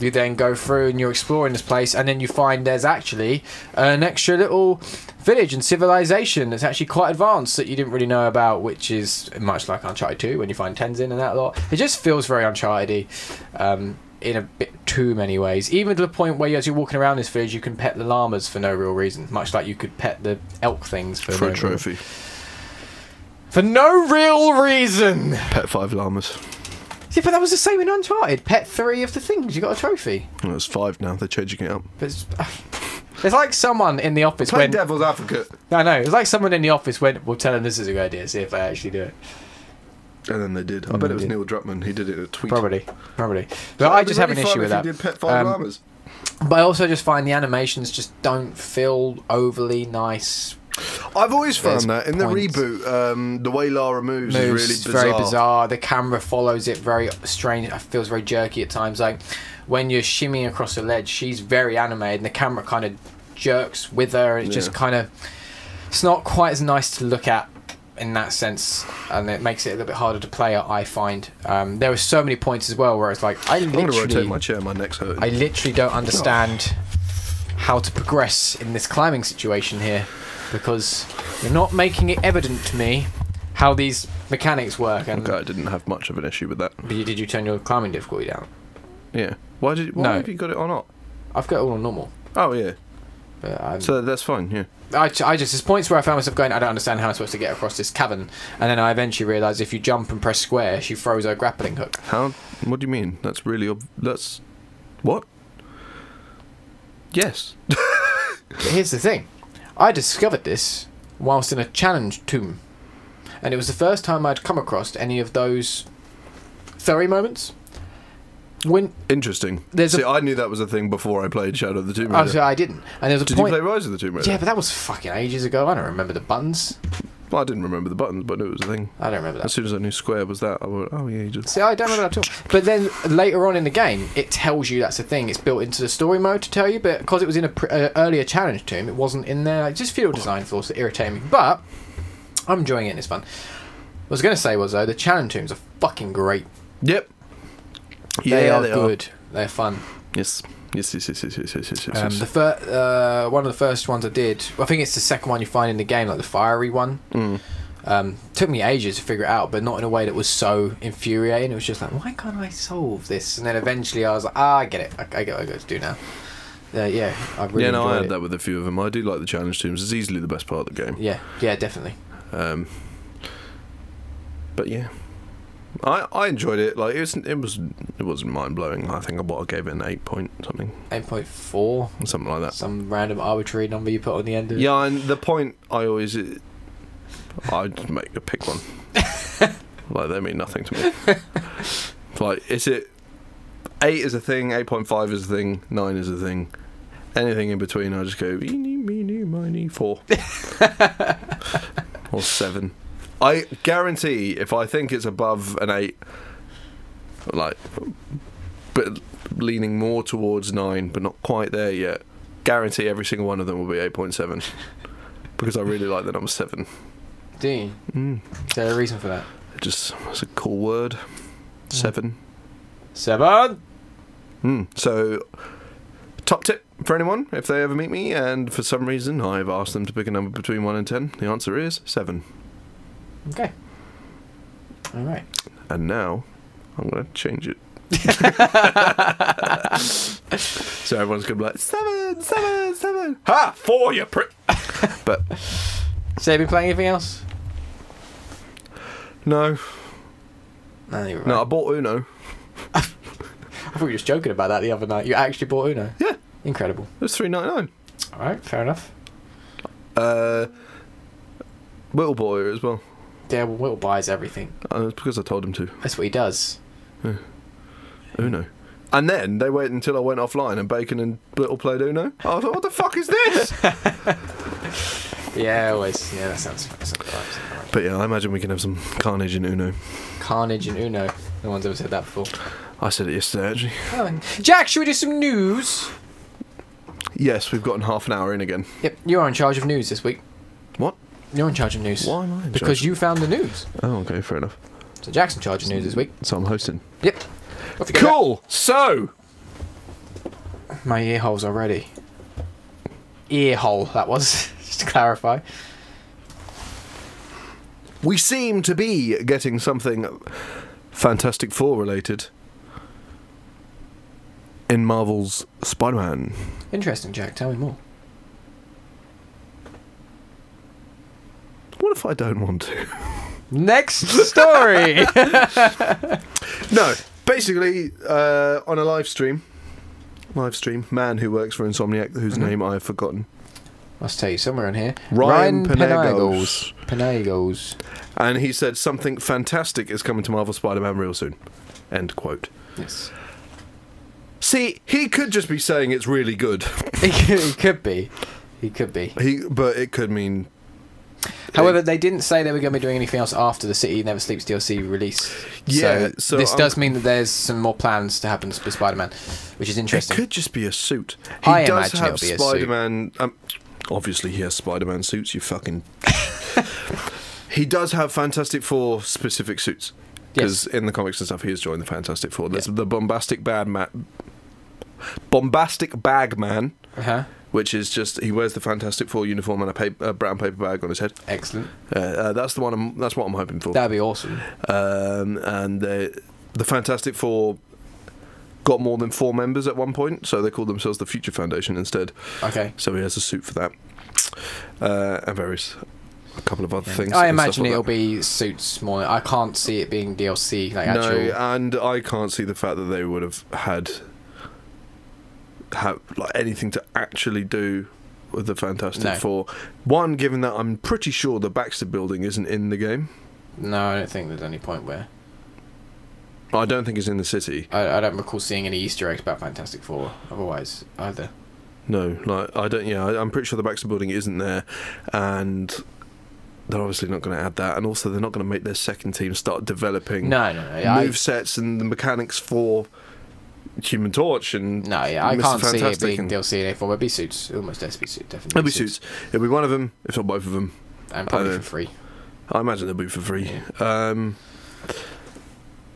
you then go through and you're exploring this place, and then you find there's actually an extra little village and civilization that's actually quite advanced that you didn't really know about, which is much like Uncharted 2 when you find Tenzin and that lot. It just feels very Uncharted um, in a bit too many ways, even to the point where as you're walking around this village, you can pet the llamas for no real reason, much like you could pet the elk things for, no real- For no real reason! Pet five llamas. Yeah, but that was the same in Uncharted. Pet three of the things, you got a trophy. Well, it's five now. They're changing it up. But it's, [SIGHS] it's like someone in the office Play when devil's advocate. I know it's like someone in the office went, "We'll tell them this is a good idea. See if they actually do it." And then they did. I Mm, bet they it was did. Neil Druckmann. He did it in a tweet. Probably, probably. But So I it'd be just have an really issue fun with if that. you did pet five Um, llamas. but I also just find the animations just don't feel overly nice. I've always found There's that in the points. reboot, um, the way Lara moves, Moves is really bizarre. very bizarre. The camera follows it very strange. It feels very jerky at times. Like when you're shimmying across a ledge, she's very animated, and the camera kind of jerks with her. And it just Yeah. kind of it's not quite as nice to look at in that sense, and it makes it a little bit harder to play. I find um, there were so many points as well where it's like I I'm gonna rotate literally, my chair. My neck's hurting. I literally don't understand how to progress in this climbing situation here. because you're not making it evident to me how these mechanics work. And Okay, I didn't have much of an issue with that. But you- did you turn your climbing difficulty down? Yeah. Why did? Why No. have you got it on up? I've got it all on normal. Oh yeah. But I'm, So that's fine. Yeah. I, I just there's points where I found myself going, I don't understand how I'm supposed to get across this cavern, and then I eventually realised if you jump and press square, she throws her grappling hook. How? What do you mean? That's really ob- that's what? Yes. But here's the thing I discovered this whilst in a challenge tomb, and it was the first time I'd come across any of those furry moments. When Interesting. There's a- See, I knew that was a thing before I played Shadow of the Tomb oh, Raider. sorry, I didn't, and there was a Did point. you play Rise of the Tomb Raider? yeah, but that was fucking ages ago. I don't remember the buttons. Well, I didn't remember the buttons, but I knew it was a thing. I don't remember that. As soon as I knew Square was that, I went, oh yeah, you just. See, I don't remember that at all. But then later on in the game, it tells you that's a thing. It's built into the story mode to tell you, but because it was in a pr- uh, earlier challenge tomb, it wasn't in there. Like, just field design flaws that irritate me. But I'm enjoying it. and It's fun. What I was going to say was though, the challenge tombs are fucking great. Yep. they are good. They're fun. Yes. Yes, yes, yes, yes, yes, yes, yes, yes. Um, yes. the fir- uh, one of the first ones I did. I think it's the second one you find in the game, like the fiery one. Mm. Um, took me ages to figure it out, but not in a way that was so infuriating. It was just like, why can't I solve this? And then eventually I was like, ah, I get it. I, I get what I got to do now. Uh, yeah, I really yeah, no, I enjoyed had it. that with a few of them. I do like the challenge tombs. It's easily the best part of the game. Yeah, yeah, definitely. Um, but yeah, I I enjoyed it. Like it was it was it wasn't mind blowing. I think what I gave it an eight point something, Eight point four, something like that. some random arbitrary number you put on the end of. it. Yeah, and the point I always I just make a [LAUGHS] pick one. like they mean nothing to me. like is it eight is a thing, eight point five is a thing, nine is a thing. Anything in between, I just go eeny, meeny, [LAUGHS] miny, four or seven. I guarantee if I think it's above an eight, like, but leaning more towards nine, but not quite there yet, guarantee every single one of them will be 8.7 because I really like the number seven. Do you? Mm. Is there a reason for that? It just, it's a cool word. Seven. Seven. Mm. So, top tip for anyone if they ever meet me and for some reason I've asked them to pick a number between one and ten, the answer is seven. Okay. All right. And now I'm going to change [LAUGHS] it. so everyone's going to be like, seven, seven, seven. Ha! Four, you prick. but So, have you been playing anything else? no, No, you're right. no, I bought Uno. I thought you were just joking about that the other night. You actually bought Uno. Yeah. Incredible. It was three ninety nine. All right, fair enough. Uh, Whittle bought it as well. Yeah, well, Will buys everything. Uh, it's because I told him to. That's what he [LAUGHS] does. Uno. And then they waited until I went offline and Bacon and Little played Uno. I was like, what the fuck is this? [LAUGHS] Yeah, always. Yeah, that sounds. That sounds right, sounds right. but yeah, I imagine we can have some carnage in Uno. Carnage and Uno. No one's ever said that before. I said it yesterday, actually. Oh, and- Jack, should we do some news? Yes, we've gotten half an hour in again. Yep, you are in charge of news this week. What? You're in charge of news. Why am I in Because charge? you found the news. Oh, okay, fair enough. So Jack's in charge of news this week. So I'm hosting. Yep. Off you go, Cool. So Jack. My ear hole's already. Ear hole, that was. [LAUGHS] Just to clarify. we seem to be getting something Fantastic Four related in Marvel's Spider-Man. Interesting, Jack. Tell me more. What if I don't want to? Next story. no. Basically, uh, on a live stream, live stream, man who works for Insomniac, whose Mm-hmm. name I have forgotten, [LAUGHS] Must tell you somewhere in here. Ryan, Penagos. Penagos. and he said something fantastic is coming to Marvel Spider-Man real soon. End quote. Yes. See, he could just be saying it's really good. [LAUGHS] He could, he could be. He could be. He, but it could mean However, they didn't say they were going to be doing anything else after the City Never Sleeps DLC release. Yeah, so this I'm- does mean that there's some more plans to happen for Spider-Man, which is it interesting. could just be a suit. He I does imagine have it'll be a suit. Spider-Man. Um, obviously, he has Spider-Man suits. You fucking. [LAUGHS] he does have Fantastic Four specific suits because in the comics and stuff, he has joined the Fantastic Four. There's Yeah. the bombastic bad man, bombastic bag man, Uh-huh. which is just he wears the Fantastic Four uniform and a, pa- a brown paper bag on his head. Excellent. Uh, uh, that's the one. I'm, that's what I'm hoping for. That'd be awesome. Um, and the the Fantastic Four got more than four members at one point, so they called themselves the Future Foundation instead. Okay. So he has a suit for that, uh, and various a couple of other things. I and stuff imagine like it'll that. be suits more. I can't see it being DLC like no, actual. and I can't see the fact that they would have had have like anything to actually do with the Fantastic No. Four. One, given that I'm pretty sure the Baxter Building isn't in the game. No, I don't think there's any point where I don't think it's in the city. I, I don't recall seeing any Easter eggs about Fantastic Four otherwise either. No, like I don't. Yeah, I- I'm pretty sure the Baxter Building isn't there, and they're obviously not going to add that. And also, they're not going to make their second team start developing No, no, no. Yeah, I, move sets and the mechanics for Human Torch and no, yeah, I Mr. can't see it Fantastic being and- DLC in any form. It'd be suits. It almost has to be suit. Definitely. It'll be suits. It'll be one of them, if not both of them. And probably Uh, for free. I imagine they'll be for free. Um,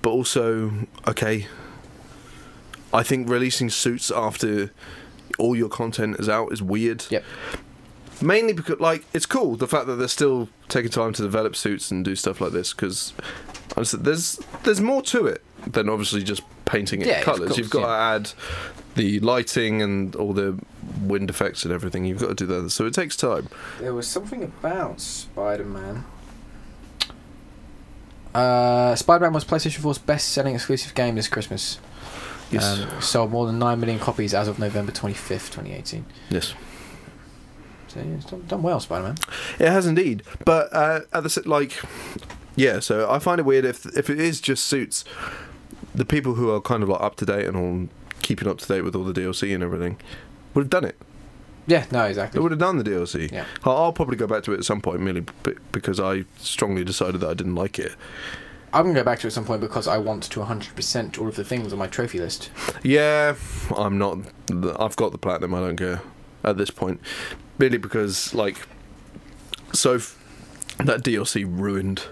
but also, okay, I think releasing suits after all your content is out is weird. Yep. Mainly because, like, it's cool the fact that they're still taking time to develop suits and do stuff like this because there's there's more to it than obviously just painting it Yeah, of colours. course, You've got yeah. to add the lighting and all the wind effects and everything. You've got to do that, so it takes time. There was something about Spider Man. Uh, Spider Man was PlayStation 4's best selling exclusive game this Christmas. Yes. Um, sold more than 9 million copies as of November 25th, 2018. yes. So, yeah, it's done, done well, Spider Man. It has indeed, but uh, at the s- like, yeah. So I find it weird if if it is just suits, the people who are kind of like up to date and on keeping up to date with all the DLC and everything would have done it. Yeah, no, They exactly. would have done the DLC. Yeah. I- I'll probably go back to it at some point merely b- because I strongly decided that I didn't like it. I'm going to go back to it at some point because I want to 100% all of the things on my trophy list. Yeah, I'm not. I've got the platinum. I don't care at this point, merely because like, so f- that DLC ruined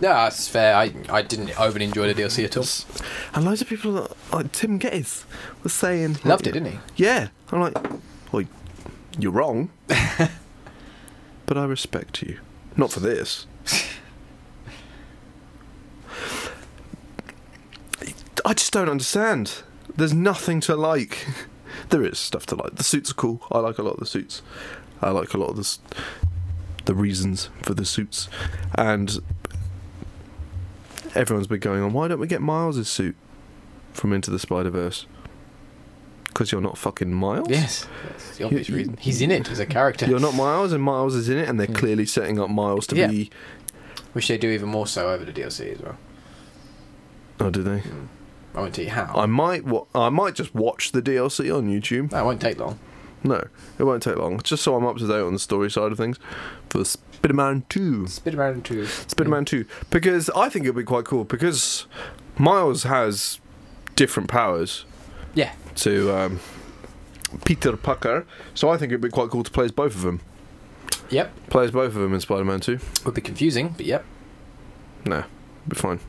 No, that's fair. I, I didn't overly enjoy the DLC at all. And loads of people that- like Tim Gettys was saying Loved it, didn't he? Yeah. I'm like, well, you're wrong, [LAUGHS] but I respect you. Not for this. [LAUGHS] I just don't understand. There's nothing to like. [LAUGHS] There is stuff to like. The suits are cool. I like a lot of the suits. I like a lot of the s- the reasons for the suits, and everyone's been going on. Why don't we get Miles' suit from Into the Spider Verse? Because you're not fucking Miles. Yes. That's the You- obvious you- reason. He's in it as a character. [LAUGHS] You're not Miles, and Miles is in it, and they're Yeah. clearly setting up Miles to Yeah. be. Which they do even more so over the DLC as well. Hmm. Oh, do they? I won't tell you how. I might. Wa- I might just watch the DLC on YouTube. that won't take long. No, it won't take long. Just so I'm up to date on the story side of things for Spider-Man Two. Spider-Man 2. Spider-Man Two, because I think it'll be quite cool because Miles has different powers Yeah. to um, Peter Parker, so I think it'd be quite cool to play as both of them. Yep. Play as both of them in Spider-Man Two. Would be confusing, but yep. No, be fine.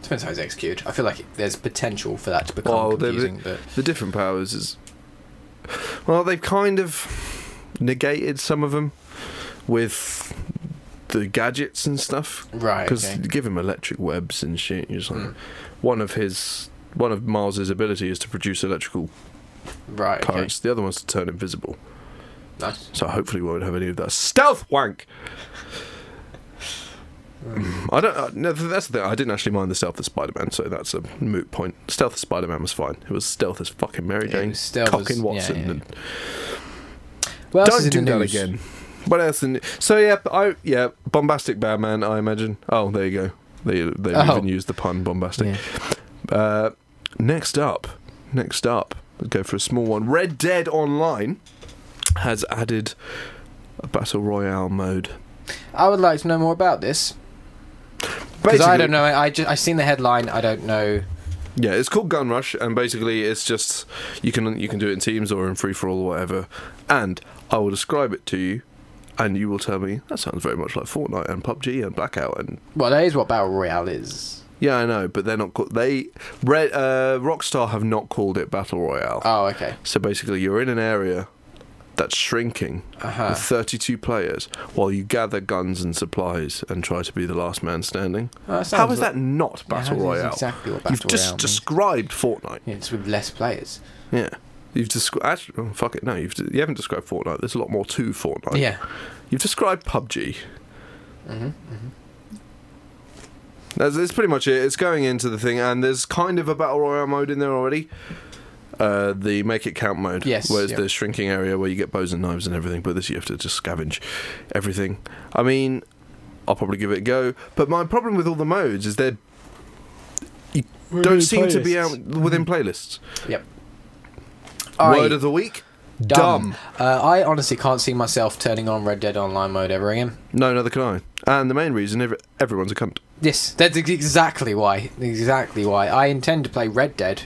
Depends how it's executed. I feel like it- there's potential for that to become Well, they- confusing, but The different powers is well, they've kind of negated some of them with the gadgets and stuff right. because Okay. give him electric webs and shit. You're just like Mm. one of his one of Miles's ability is to produce electrical Right. Okay. currents. The other one's to turn invisible. Nice. So hopefully we won't have any of that stealth wank. I don't. Uh, no, th- that's the thing. I didn't actually mind the stealth of Spider-Man, so that's a moot point. Stealth of Spider-Man was fine. It was stealth as fucking Mary It Jane, was stealth cock as- and Watson. yeah, yeah. And Well, don't do that again. What else? In, so yeah, I yeah, bombastic Batman. I imagine. Oh, there you go. They they Oh. even used the pun bombastic. [LAUGHS] Yeah. Uh, next up, next up, let's go for a small one. Red Dead Online has added a battle royale mode. I would like to know more about this because I don't know. I just I seen the headline. I don't know. Yeah, it's called Gun Rush, and basically it's just you can you can do it in teams or in free for all or whatever. And I will describe it to you, and you will tell me that sounds very much like Fortnite and PUBG and Blackout and Well, that is what battle royale is. yeah, I know, but they're not called they Red uh, Rockstar have not called it battle royale. Oh, okay. So basically, you're in an area that's shrinking Uh-huh. with 32 players while you gather guns and supplies and try to be the last man standing. Oh, that how sounds is like- that not Battle Yeah, that is Royale? Exactly what Battle You've just Royale means. described Fortnite. Yeah, it's with less players. Yeah. You've described. Actually, oh, fuck it. No, you've, you haven't described Fortnite. There's a lot more to Fortnite. Yeah. You've described PUBG. hmm That's, that's pretty much it. It's going into the thing, and there's kind of a battle royale mode in there already. Uh, the make it count mode, Yes, where's yeah. the shrinking area where you get bows and knives and everything, but this you have to just scavenge everything. I mean, I'll probably give it a go, but my problem with all the modes is they you don't seem to be out [LAUGHS] within playlists. Yep. Word of the week, dumb. Uh, I honestly can't see myself turning on Red Dead Online mode ever again. No, neither can I. And the main reason, ev- everyone's a cunt. Yes, that's ex- exactly why. Exactly why. I intend to play Red Dead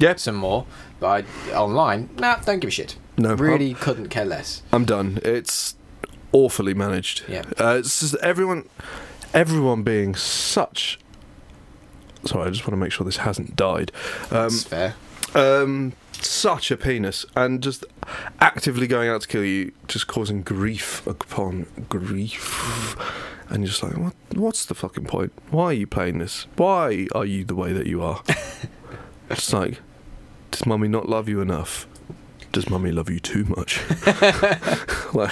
Yes, some more, but I, online, nah, don't give a shit. no, I'm- really couldn't care less. I'm done. It's awfully managed. Yeah. Uh, it's just everyone, everyone being such. Sorry, I just want to make sure this hasn't died. Um, That's fair. um, such a penis, and just actively going out to kill you, just causing grief upon grief. And you're just like, what? What's the fucking point? Why are you playing this? Why are you the way that [LAUGHS] you are? it's like, does mummy not love you enough? Does mummy love you too [LAUGHS] much? like,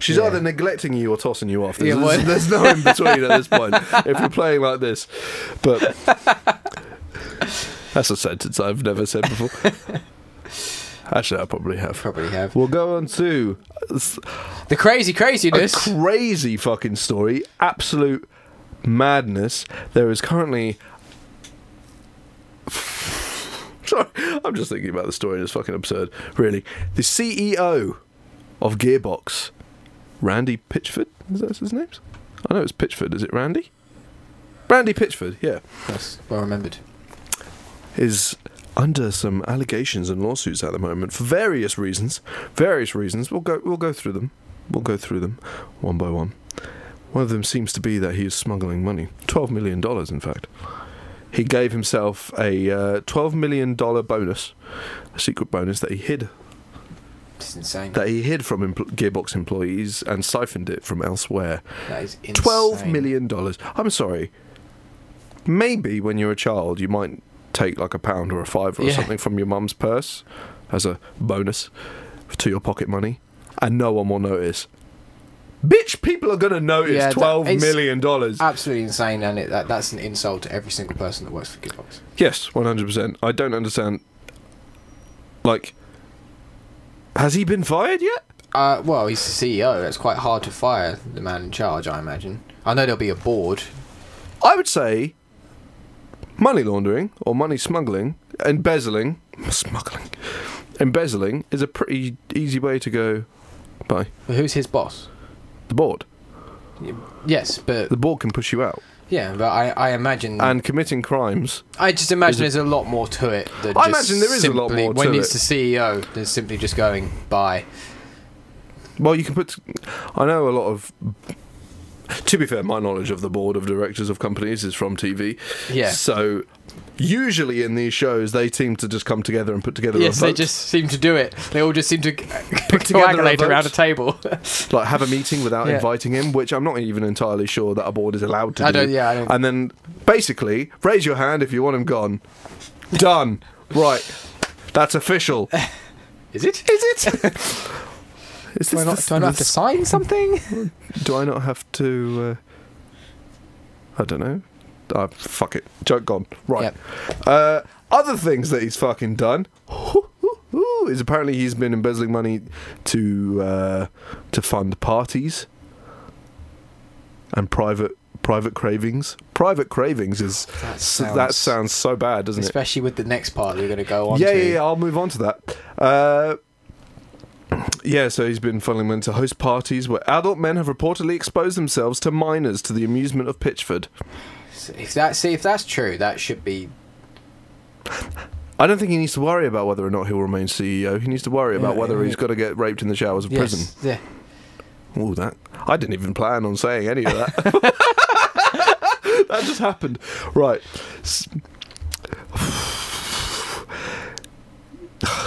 she's Yeah. either neglecting you or tossing you off. Yeah, There's, there's, no in between at this point if you're playing like this. But that's a sentence I've never said before. [LAUGHS] Actually, I probably have. Probably have. We'll go on to s- The crazy a craziness. crazy fucking story, absolute madness. There is currently. [LAUGHS] Sorry, I'm just thinking about the story and it's fucking absurd, really. The CEO of Gearbox, Randy Pitchford, is that his name? I know it's Pitchford, is it Randy? Randy Pitchford, yeah That's well remembered. is under some allegations and lawsuits at the moment for various reasons. Various reasons. We'll go. We'll go through them. We'll go through them one by one. One of them seems to be that he is smuggling money. Twelve million dollars, in fact. He gave himself a uh, twelve million dollar bonus, a secret bonus that he hid It's insane. that he hid from empl- Gearbox employees and siphoned it from elsewhere. that is insane. Twelve million dollars. I'm sorry. Maybe when you're a child, you might take like a pound or a fiver or Yeah. something from your mum's purse as a bonus to your pocket money, and no one will notice. Bitch, people are gonna Yeah, notice that- twelve million it's- dollars. Absolutely insane, and it, that, that's an insult to every single person that works for Gearbox. Yes, one hundred percent. I don't understand. Like, has he been fired yet? Uh, well, he's the CEO. It's quite hard to fire the man in charge, I imagine. I know there'll be a board. I would say money laundering or money smuggling, embezzling, [LAUGHS] smuggling, embezzling is a pretty easy way to go by But who's his boss? the board. Yes, but The board can push you out. yeah, but I, I imagine. And committing crimes, I just imagine there's there's a lot more to it. Than I just imagine there is a lot simply- more When to it's it. the CEO, they're simply just going by. well, you can put. I know a lot of. To be fair, my knowledge of the board of directors of companies is from TV. Yeah. So usually in these shows, they seem to just come together and put together Yes, a they vote. just seem to do it. They all just [LAUGHS] seem to [LAUGHS] together a coagulate vote. around a [LAUGHS] table. like have a meeting without Yeah. inviting him, which I'm not even entirely sure that a board is allowed I to do. don't- yeah, I don't- And then basically raise your hand if you want him gone. Done. right. That's official. Is Is it? [LAUGHS] Is it? this do I not, the- do I not have to this- sign [LAUGHS] something? do I not have to? Uh, I don't know. Uh, fuck it. Joke gone. Right. Uh, other things that he's fucking done [LAUGHS] is apparently he's been embezzling money to uh, to fund parties and private private cravings. Private cravings is That s- that sounds so bad, doesn't it? Especially with the next part we're going to go on yeah, to. yeah, yeah. I'll move on to that. Uh, yeah, so he's been funneling men to host parties where adult men have reportedly exposed themselves to minors to the amusement of Pitchford. If that, see, if that's true, that should be. I don't think he needs to worry about whether or not he'll remain CEO. He needs to worry about Yeah, whether yeah. he's got to get raped in the showers of Yes, prison. Yeah. All that. I didn't even plan on saying any of that. [LAUGHS] that just happened. Right. S-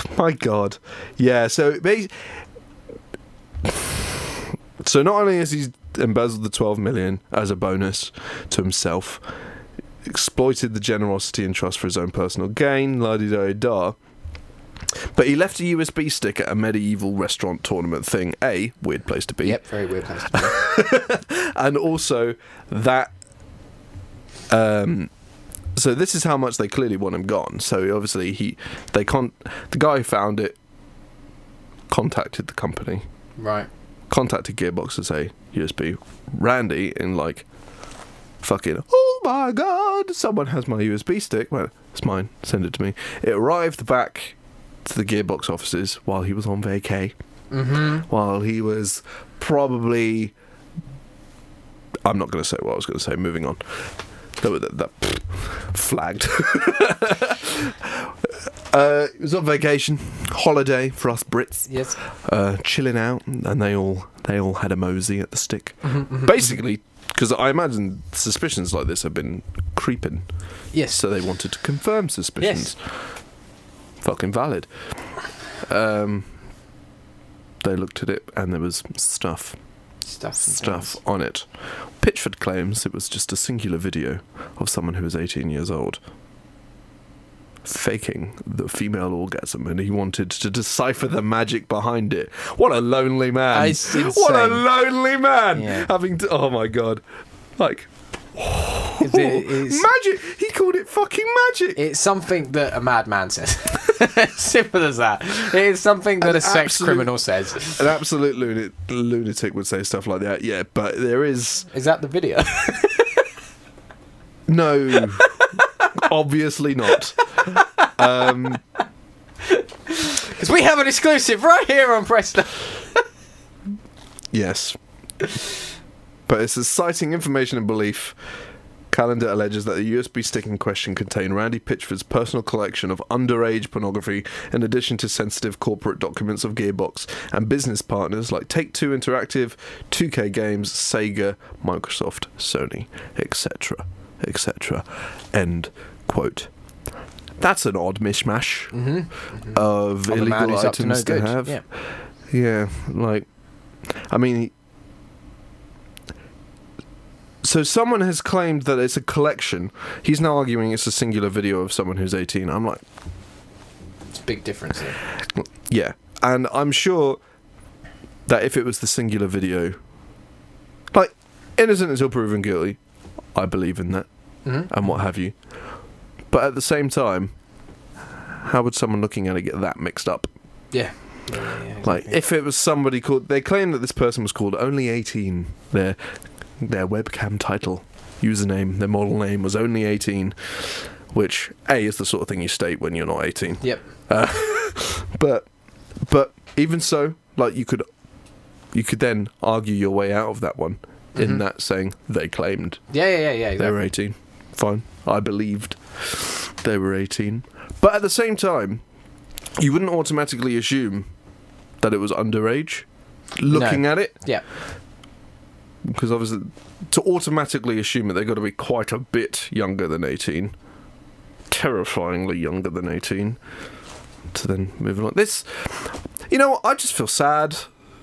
[SIGHS] My God. Yeah, so bas- So not only has he embezzled the 12 million as a bonus to himself, exploited the generosity and trust for his own personal gain, la di da da. But he left a USB stick at a medieval restaurant tournament thing. A weird place to be. Yep, very weird place to be. And also that. Um, so this is how much they clearly want him gone. So obviously he, they con, the guy who found it, contacted the company [LAUGHS] right. contacted Gearbox to say USB. Randy in like fucking oh my god, someone has my USB stick. Well, it's mine. Send it to me. It arrived back to the Gearbox offices while he was on vacay. Mm-hmm. While he was probably, I'm not going to say what I was going to say. Moving on. That, was- that, that flagged. [LAUGHS] uh, it was on vacation, holiday for us Brits Yes. uh, chilling out, and they all they all had a mosey at the stick, basically. Because I imagine suspicions like this have been creeping, Yes. so they wanted to confirm suspicions. Fucking valid. Um, they looked at it, and there was stuff stuff. stuff on it. Pitchford claims it was just a singular video of someone who was 18 years old faking the female orgasm and he wanted to decipher the magic behind it. What a lonely man. It's what a insane. lonely man. Yeah. Having to, oh my god. Like It's, it's- magic. He called it fucking magic. it's something that a madman says. [LAUGHS] Simple as that. It is something that An a sex absolute- criminal says. An absolute lunatic, lunatic would say stuff like that. Yeah, but there is Is that the [LAUGHS] video? No, obviously not. Um, Because we have an exclusive right here on Press. Now. Yes. But it says citing information and belief. Calendar alleges that the USB stick in question contained Randy Pitchford's personal collection of underage pornography, in addition to sensitive corporate documents of Gearbox and business partners like Take Two Interactive, 2K Games, Sega, Microsoft, Sony, etc., etc. End quote. That's an odd mishmash of Of Mm-hmm. a man illegal who's up to no items to, good. have. Yeah. Yeah, like, I mean, so someone has claimed that it's a collection. He's now arguing it's a singular video of someone who's 18. I'm like, It's a big difference here. yeah. And I'm sure that if it was the singular video, like, innocent until proven guilty, I believe in that Mhm. and what have you. But at the same time, how would someone looking at it get that mixed up? Yeah. Yeah, yeah, yeah, Like exactly. if it was somebody called, they claim that this person was called only eighteen. Their their webcam title, username, their model name was only eighteen, which a is the sort of thing you state when you're not eighteen. Yep. But but even so, like you could you could then argue your way out of that one in that saying they claimed Yeah, yeah, yeah, yeah. they Exactly. were eighteen. Fine, I believed they were eighteen. But at the same time, you wouldn't automatically assume that it was underage. Looking at it, Yeah. because obviously to automatically assume that they've got to be quite a bit younger than 18 terrifyingly younger than 18 to then move along this you know what i just feel sad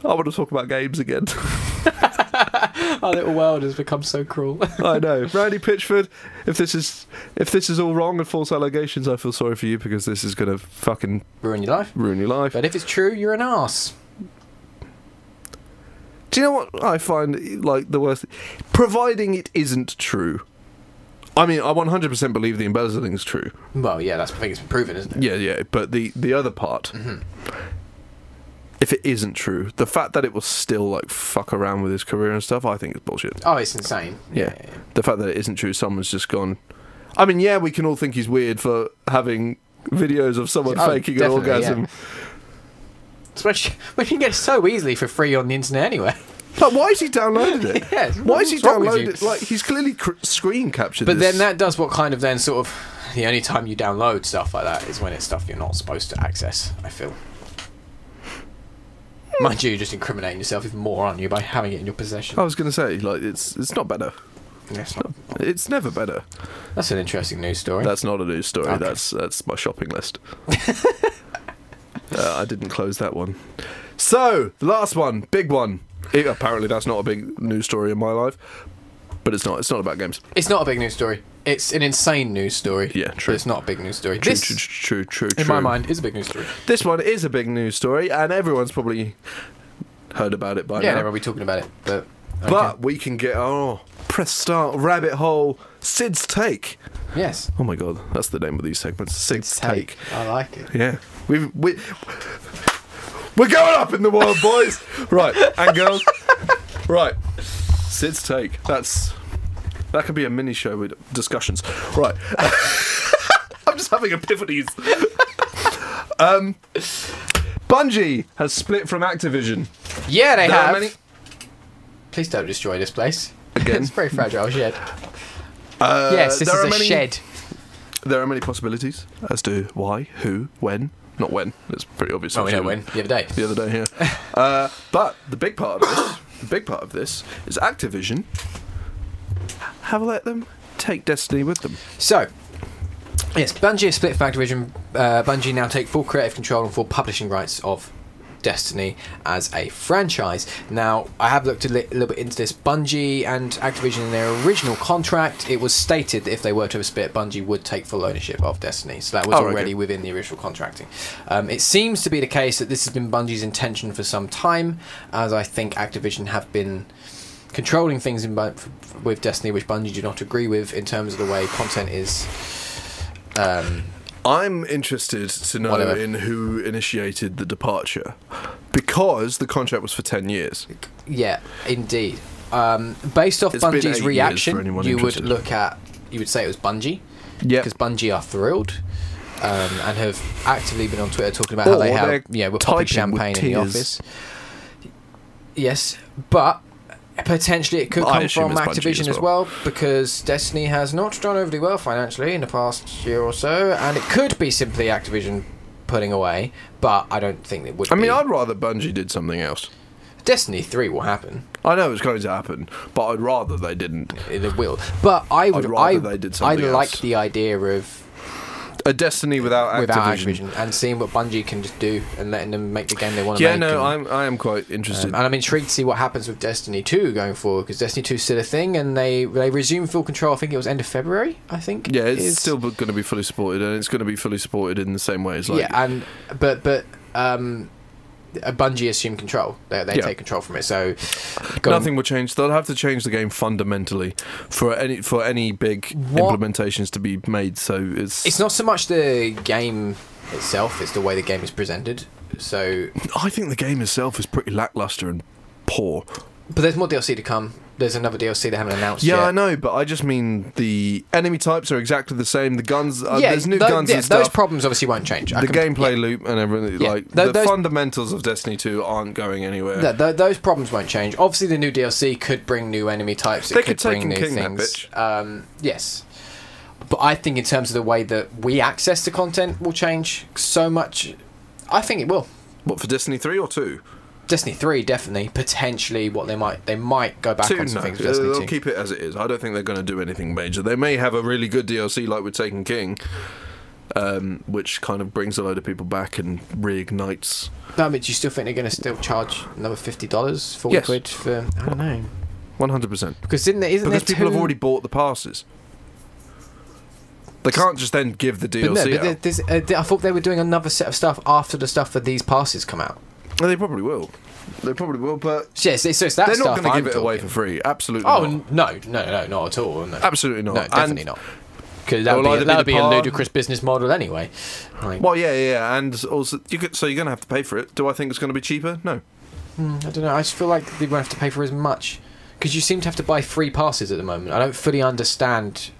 i want to talk about games again [LAUGHS] Our little world has become so cruel. [LAUGHS] i know randy pitchford if this is if this is all wrong and false allegations i feel sorry for you because this is going to fucking Ruin your life. ruin your life But if it's true, you're an arse. Do you know what I find like the worst? Providing it isn't true. I mean, I 100% believe the embezzling's true. Well, yeah, that's the thing. It's been proven, isn't it? Yeah, yeah. But the the other part, if it isn't true, the fact that it will still like fuck around with his career and stuff, I think is bullshit. Oh, it's insane. Yeah. The fact that it isn't true, someone's just gone. I mean, yeah, we can all think he's weird for having videos of someone Oh, faking an definitely, yeah. orgasm. Especially [LAUGHS] when you can get it so easily for free on the internet anyway. Like, why has he [LAUGHS] downloaded it? Yes, why has he what's wrong with you? downloaded? Like, he's clearly cr- screen captured. But this. then that does what kind of then sort of the only time you download stuff like that is when it's stuff you're not supposed to access. I feel. Mind you, you're just incriminating yourself even more, aren't you, by having it in your possession? I was going to say, like, it's it's not better. That's, not- It's never better. that's an interesting news story. That's not a news story. Okay. That's that's my shopping [LAUGHS] list. uh, I didn't close that one. So last one, big one. It- apparently, that's not a big news story in my life, but it's not. It's not about games. It's not a big news story. It's an insane news story. Yeah, but true. it's not a big news story. True, this, true, true, true, true. in my mind, is a big news story. this one is a big news story, and everyone's probably heard about it by yeah, now. we'll be talking about it. But, But we can get oh, press start rabbit hole. Sid's take. Okay. yes, Oh my god, that's the name of these segments. Sid's take. I like it. Yeah, we've we. We're going up in the world, boys. Right, and girls. Right, Sid's take. That's that could be a mini show with discussions. Right, [LAUGHS] I'm just having epiphanies. um, Bungie has split from Activision. Yeah, they There are have. many- Please don't destroy this place. [LAUGHS] it's a very fragile shed. Uh, yes, this there is are a many- shed. There are many possibilities as to why, who, when. Not when. It's pretty obvious. Well, we know actually. Oh, when the other day. the other day. [LAUGHS] Yeah. uh, but the big part of this, the big part of this is Activision have let them take Destiny with them. So, yes, Bungie is split from Activision. Uh, Bungie now take full creative control and full publishing rights of Destiny as a franchise. Now, I have looked a li- little bit into this. Bungie and Activision, in their original contract, it was stated that if they were to have split, Bungie would take full ownership of Destiny. So that was Oh, okay. already within the original contracting. Um, it seems to be the case that this has been Bungie's intention for some time, as I think Activision have been controlling things in Bun- with Destiny, which Bungie do not agree with in terms of the way content is. Um, I'm interested to know Whatever. in who initiated the departure because the contract was for ten years. yeah, indeed. Um, based off It's been eight years Bungie's for reaction, anyone you would interested. look at, you would say it was Bungie, Yeah. because Bungie are thrilled. Um, and have actively been on Twitter talking about how Or they have, Oh, they're yeah, we're popping typing with champagne in the office. tears. Yes, but potentially it could I come assume from it's Bungie Activision as as well. because Destiny has not done overly well financially in the past year or so, and it could be simply Activision putting away. But I don't think it would. I mean, be. I'd rather Bungie did something else. Destiny three will happen. I know it's going to happen, but I'd rather they didn't. It will. But I would. I'd rather I, they did I something like else. the idea of A Destiny without Activision. without Activision and seeing what Bungie can just do and letting them make the game they want to Yeah, make. no, and- I'm I am quite interested. Um, and I'm intrigued to see what happens with Destiny 2 going forward because Destiny 2 is still a thing, and they they resume full control. I think it was end of February. I think. yeah, it's is- still going to be fully supported, and it's going to be fully supported in the same way as like yeah, and but but um, uh, Bungie assume control. They, they Yeah. take control from it. So Nothing will change. They'll have to change the game fundamentally for any for any big What- implementations to be made. So it's, It's not so much the game itself; it's the way the game is presented. So, I think the game itself is pretty lackluster and poor. but there's more DLC to come. There's another DLC they haven't announced Yeah, yet. I know, but I just mean the enemy types are exactly the same. The guns, uh, yeah, there's new tho- guns yeah, and stuff. Those problems obviously won't change. I the can- gameplay loop and everything. Yeah, Like tho- the those- fundamentals of Destiny 2 aren't going anywhere. Th th- those problems won't change. Obviously, the new DLC could bring new enemy types. It They could could take bring and new king that things. bitch. Um, yes, but I think in terms of the way that we access the content will change so much. I think it will. What for Destiny 3 or 2? Destiny three definitely potentially what they might they might go back 2 on some no, things. With Uh, Destiny they'll two. keep it as it is. I don't think they're going to do anything major. They may have a really good DLC like with Taken King, um, which kind of brings a load of people back and reignites. No, but do you still think they're going to still charge another fifty dollars, forty Yes. quid for? I don't know 100%. because isn't there isn't Because there people have two- already bought the passes. They can't just then give the But DLC no, but there- out. there's, uh, I thought they were doing another set of stuff after the stuff for these passes come out. Well, They probably will. They probably will, but So, yes, it's, so it's that they're stuff not going to I'm give it away talking. for free. Absolutely Oh not. n- no, no, no, not at all. No, Absolutely not. no And- definitely not. Because that It would will be, either be that would the be a par- ludicrous business model anyway. Like, Well, yeah, yeah, yeah, and also you could. So you're going to have to pay for it. Do I think it's going to be cheaper? No. hmm, I don't know. I just feel like they won't have to pay for as much because you seem to have to buy free passes at the moment. I don't fully understand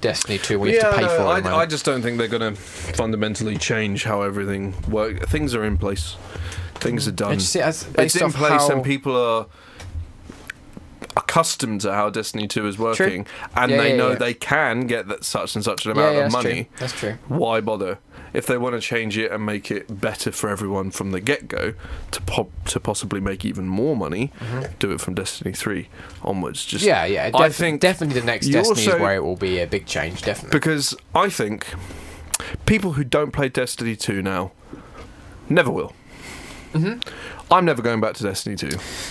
Destiny Two. We have to pay no, for. it at the I, I moment. just don't think they're going to fundamentally change how everything works. Things are in place. Things are I done. just see it as it's based in off place, how- and people are accustomed to how Destiny Two is working, and Yeah, they yeah, know yeah. they can get that such and such an yeah, amount yeah, of that's money. True. That's true. Why bother? If they want to change it and make it better for everyone from the get go to pop, to possibly make even more money, do it from Destiny Three onwards. Just Mm-hmm. Yeah, yeah. I defi- think definitely the next you Destiny is also- where it will be a big change. Definitely. because I think people who don't play Destiny 2 now never will. I'm never going back to Destiny 2.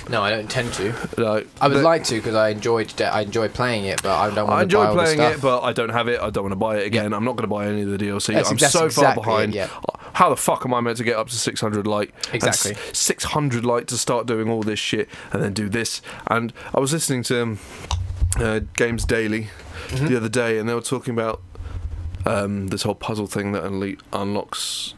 No, I don't intend to. Like, I would the- like to because I enjoyed de- I enjoy playing it, but I don't want I to buy enjoy all playing the it, stuff. but I don't have it. I don't want to buy it again. I'm not going to buy any of the DLC. That's- I'm that's so far exactly it, behind. yeah. How the fuck am I meant to get up to 600 light? and Exactly. s- 600 light to start doing all this shit and then do this. And I was listening to um, uh, Games Daily Mm-hmm. the other day, and they were talking about um, this whole puzzle thing that unle- unlocks.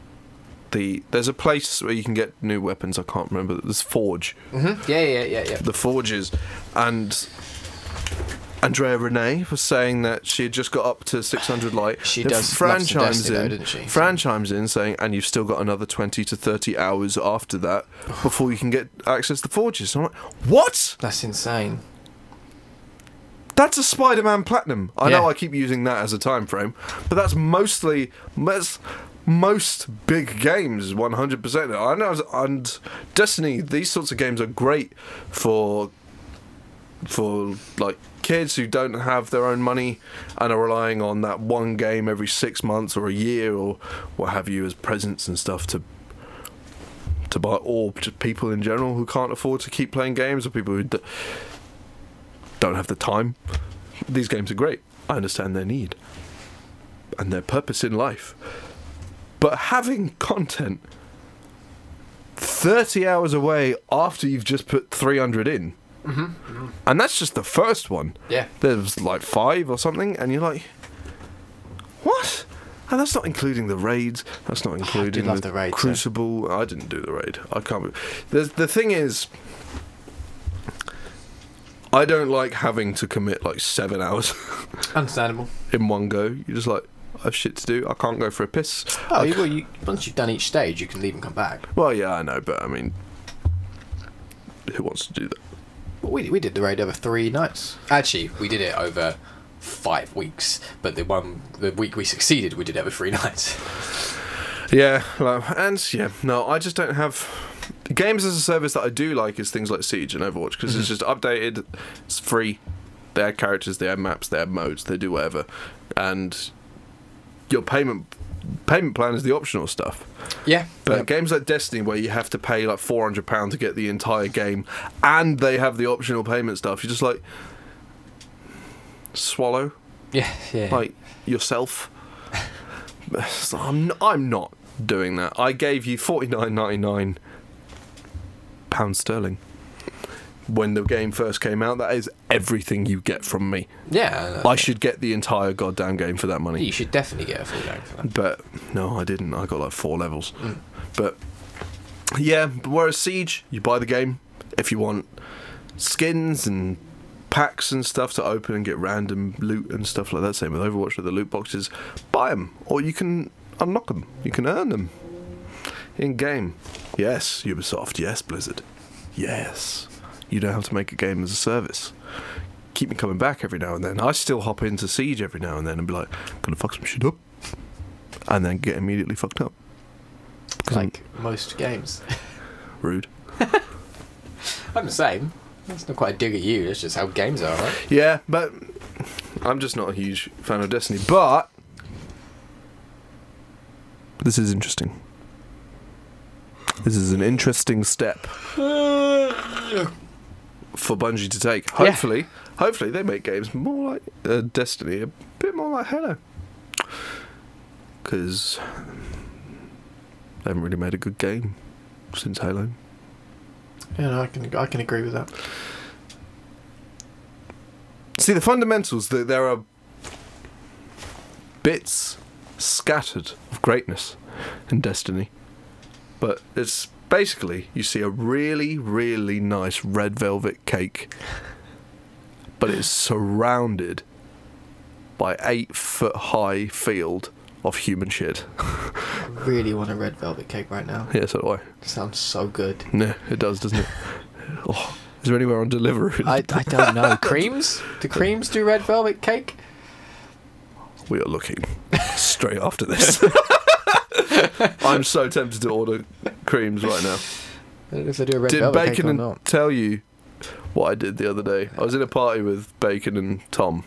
The, there's a place where you can get new weapons. I can't remember. There's Forge hmm Yeah, yeah, yeah, yeah. the forges and Andrea Renee was saying that she had just got up to 600 light. She Then does Fran love some chimes Destiny though, in, doesn't she? Fran chimes in saying, and you've still got another 20 to 30 hours after that before you can get access to the forges. I'm like, what? That's insane. That's a Spider-Man Platinum. I know Yeah. I keep using that as a time frame, but that's mostly that's most big games 100%. I know and Destiny these sorts of games are great for for like kids who don't have their own money and are relying on that one game every 6 months or a year or what have you as presents and stuff to to buy or just people in general who can't afford to keep playing games or people who d- don't have the time. These games are great. I understand their need and their purpose in life. But having content 30 hours away after you've just put 300 in, and that's just the first one. Yeah. There's like five or something, and you're like, what? And that's not including the raids. That's not including Ah, love the raids, though. Crucible. I didn't do the raid. I can't. be- There's, the thing is, I don't like having to commit like seven [LAUGHS] hours Understandable. in one go. You're just like, I've shit to do. I can't go for a piss. Oh, I you, well, you, once you've done each stage, you can leave and come back. Well, yeah, I know, but I mean, who wants to do that? Well, we, we did the raid over three nights. Actually, we did it over five weeks, but the one the week we succeeded, we did it over three [LAUGHS] nights. Yeah, well, and yeah, no, I just don't have games as a service that I do like is things like Siege and Overwatch because it's just updated, it's free. They add characters, they add maps, they add modes, they do whatever, and your payment payment plan is the optional stuff. Yeah, But games like Destiny, where you have to pay like four hundred pound to get the entire game, and they have the optional payment stuff, you're just like swallow yeah, yeah. like yourself. [LAUGHS] So I'm n- I'm not doing that. I gave you forty nine ninety nine pounds sterling when the game first came out. That is everything you get from me. yeah. I should get the entire goddamn game for that money. you should definitely get a full game for that. But no, I didn't. I got like four levels. But yeah, but whereas Siege, you buy the game if you want skins and packs and stuff to open and get random loot and stuff like that. Same with Overwatch with the loot boxes. Buy them, or you can unlock them. You can earn them in game. Yes, Ubisoft. Yes, Blizzard. Yes, you know how to make a game as a service. Keep me coming back every now and then. I still hop into Siege every now and then and be like, gonna fuck some shit up and then get immediately fucked up. 'Cause I'm Like most games. rude. I'm the same. That's not quite a dig at you. That's just how games are, right? Yeah, but I'm just not a huge fan of Destiny. But this is interesting. This is an interesting step for Bungie to take. Yeah. Hopefully, hopefully they make games more like uh, Destiny, a bit more like Halo, because they haven't really made a good game since Halo. Yeah, no, I can I can agree with that. See the fundamentals that there are bits scattered of greatness in Destiny, but it's basically you see a really really nice red velvet cake, but it's surrounded by eight foot high field of human shit. [LAUGHS] I really want a red velvet cake right now. yeah, so do I. sounds so [LAUGHS] good. Yeah, it does, doesn't it? [LAUGHS] Oh, is there anywhere on delivery? I, I don't [LAUGHS] know. Creams? Do creams do red velvet cake? We are looking straight [LAUGHS] after this. I'm so tempted to order creams right now. I don't know if they do a red Did velvet cake Bacon or and not. tell you what I did the other day? I was in a party with Bacon and Tom,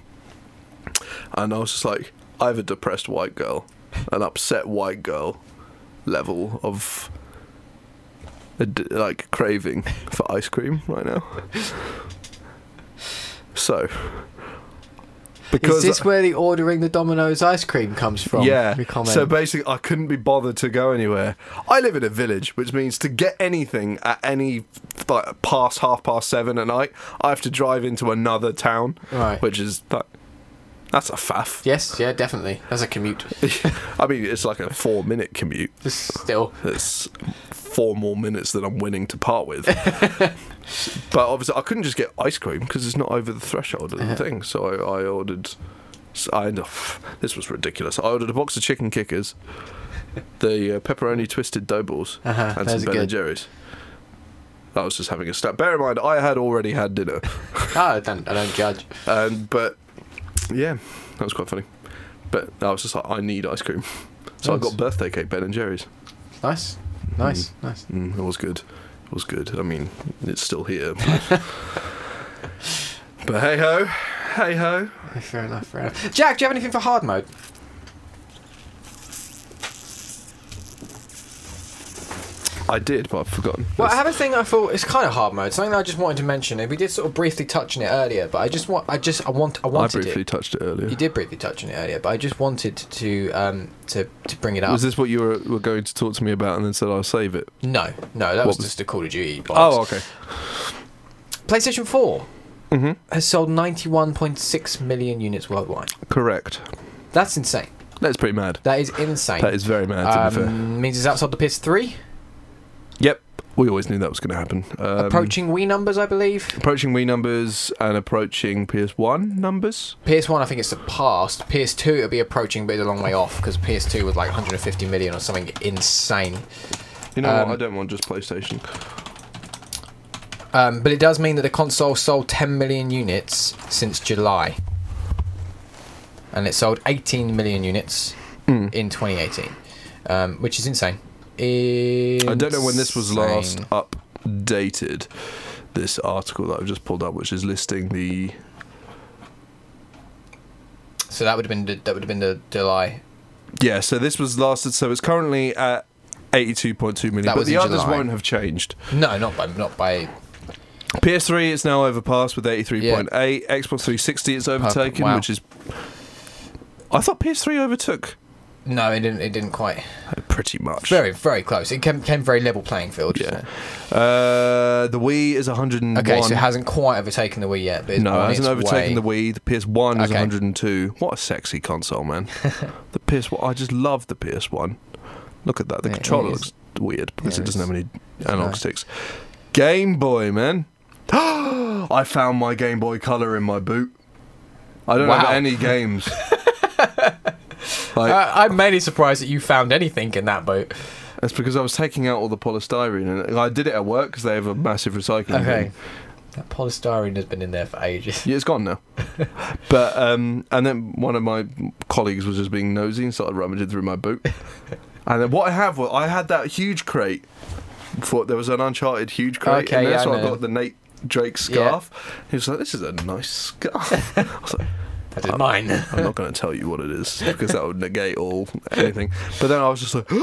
and I was just like, I have a depressed white girl, an upset white girl level of a d- like craving for ice cream right now. So, Is this where the ordering the Domino's ice cream comes from? yeah. Your comment. So basically, I couldn't be bothered to go anywhere. I live in a village, which means to get anything at any like past half past seven at night, I have to drive into another town, Right. which is like that's a faff. yes, yeah, definitely. That's a commute. [LAUGHS] I mean, it's like a four-minute commute. Just still. That's four more minutes than I'm willing to part [LAUGHS] with. but obviously, I couldn't just get ice cream because it's not over the threshold of the Uh-huh. thing. So I, I ordered. So I end up, this was ridiculous. I ordered a box of chicken kickers, the uh, pepperoni twisted dough balls, Uh-huh, and some those are Ben good. and Jerry's. I was just having a snap. Bear in mind, I had already had dinner, Oh, I don't, I don't judge. and but yeah, that was quite funny. But I was just like, I need ice cream, so I Nice. got birthday cake Ben and Jerry's. Nice, nice, nice. Mm, it was good. It was good. I mean, it's still here. [LAUGHS] but hey ho, hey ho. Fair enough, fair enough. Jack, do you have anything for hard mode? I did, but I've forgotten. Well, I It's- have a thing I thought it's kind of hard mode. Something that I just wanted to mention, and we did sort of briefly touch on it earlier. But I just want, I just, I want, I I wanted briefly it. touched it earlier. You did briefly touch on it earlier, but I just wanted to, um, to, to bring it up. Was this what you were, were going to talk to me about and then said I'll save it? no, no, that What was, was- just a Call of Duty. Box. Oh, okay. PlayStation 4 hmm has sold 91.6 million units worldwide. Correct. That's insane. That's pretty mad. That is insane. That is very mad, to be fair. um, means it's outside the PS3, Yep. We always knew that was going to happen. Um, approaching Wii numbers, I believe. approaching Wii numbers and approaching PS1 numbers. PS1, I think it's surpassed. PS2, it'll be approaching, but it's a long way off because PS2 was like 150 million or something insane. You know Um, what? I don't want just PlayStation. Um, but it does mean that the console sold 10 million units since July, and it sold 18 million units in 2018, um, which is insane. I don't know when this was last Insane. updated. This article that I've just pulled up, which is listing the So that would have been the, that would have been the July. yeah. So this was last. So it's currently at eighty-two point two million. That But was the in others July. won't have changed. No, not by not by. PS3 it's now overpassed with eighty-three point eight. Xbox three sixty it's overtaken, wow. which is. I thought PS3 overtook No, it didn't. It didn't quite. uh, pretty much. Very very close. It came, came very level playing field. Yeah. Uh, the Wii is one hundred and one. Okay, so it hasn't quite overtaken the Wii yet, but it's No, on it hasn't its overtaken way. the Wii. The PS1 is Okay. 102. What a sexy [LAUGHS] console, man. the PS1, I just love the PS1. Look at that. The Yeah, it controller is. looks weird because Yeah, it it doesn't is. have any analog nice. sticks. Game Boy, man. [GASPS] I found my Game Boy Color in my boot. I don't Wow. have any [LAUGHS] games. like, Uh, I'm mainly surprised that you found anything in that boat. that's because I was taking out all the polystyrene, and I did it at work because they have a massive recycling. Okay. bin. That polystyrene has been in there for ages. Yeah, it's [LAUGHS] gone now. but um, and then one of my colleagues was just being nosy and started rummaging through my boot. and then what I have was I had that huge crate. For there was an Uncharted huge crate Okay, in there, yeah, I so I, know. got the Nate Drake scarf. He was like, "This is a nice scarf." I was like, That is mine. [LAUGHS] "I'm not going to tell you what it is because that would negate all anything." But then I was just like. [GASPS]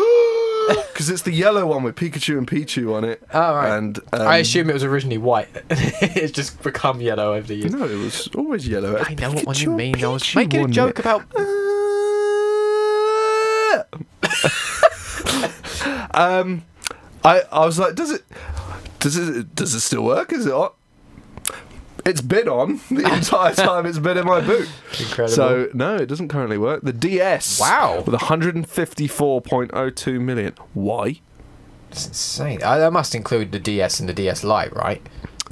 Because it's the yellow one with Pikachu and Pichu on it. Oh, right. And um, I assume it was originally white. [LAUGHS] it's just become yellow over the years. no, it was always yellow. It I was know what one Pikachu you and mean. I was Pichu making a on it. joke about. Uh. [LAUGHS] um, I I was like, does it does it does it still work? Is it on? It's been on [LAUGHS] the entire time. It's been in my boot. Incredible. So no, it doesn't currently work. The DS. Wow. With 154.02 million. Why? It's insane. I, that must include the DS and the DS Lite, right?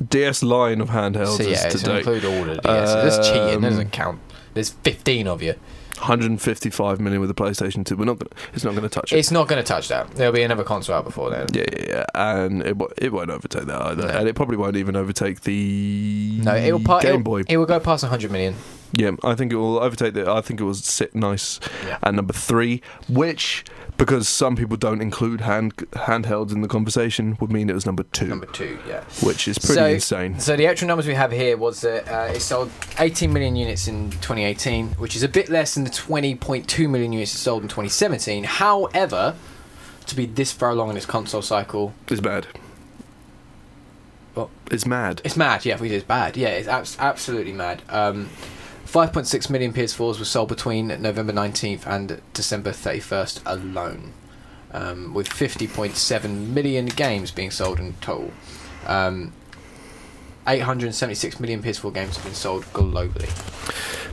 DS line of handhelds so yeah, is it's today include all the DS. That's cheating. Um, That doesn't count. There's 15 of you. 155 million with the PlayStation 2. We're not gonna. It's not gonna touch it. It's not going to touch that. There'll be another console out before then. Yeah, yeah, yeah, and it, wo- it won't overtake that either, and it probably won't even overtake the No, it will pa- Game it'll- Boy. It will go past 100 million. yeah, I think it will overtake that. I think it will sit nice Yeah. at number three, which because some people don't include hand handhelds in the conversation would mean it was number two, Number two, yeah. which is pretty So- insane. So the actual numbers we have here was that uh, it sold 18 million units in 2018, which is a bit less than the 20.2 million units it sold in 2017. However, to be this far along in its console cycle It's bad. But It's mad. it's mad. Yeah, it's bad. Yeah, it's abs- absolutely mad. Um, 5.6 million PS4s were sold between November 19th and December 31st alone, um, with 50.7 million games being sold in total. Um, 876 million PS4 games have been sold globally.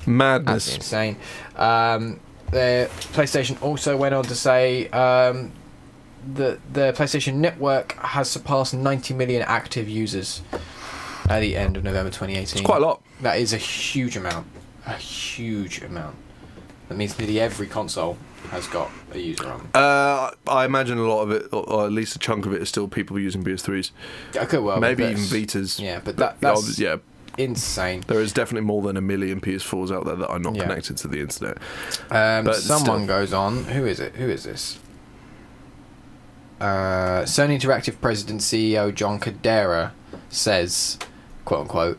That's Madness. insane. Um, their PlayStation also went on to say um, that the PlayStation Network has surpassed 90 million active users at the end of November 2018. It's quite a lot. That is a huge amount. A huge amount. That means nearly every console has got a user on. Uh, I imagine a lot of it, or, or at least a chunk of it, is still people using PS3s. it. Okay, well, Maybe even that's- betas. Yeah, but But that, that's obvi- yeah, insane. there is definitely more than a million PS4s out there that are not Yeah. connected to the internet. Um, But someone still- goes on. Who is it? Who is this? Uh, Sony Interactive President CEO John Cadera says, "quote unquote."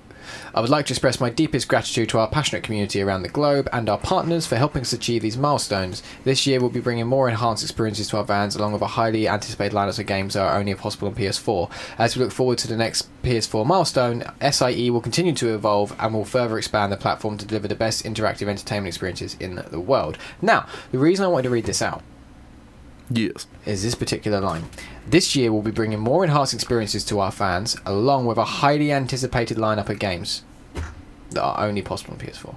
I would like to express my deepest gratitude to our passionate community around the globe and our partners for helping us achieve these milestones. This year, we'll be bringing more enhanced experiences to our fans, along with a highly anticipated lineup of games that are only possible on PS4. As we look forward to the next PS4 milestone, SIE will continue to evolve and will further expand the platform to deliver the best interactive entertainment experiences in the world. Now, the reason I wanted to read this out Yes. is this particular line. This year, we'll be bringing more enhanced experiences to our fans, along with a highly anticipated lineup of games that are only possible on PS4.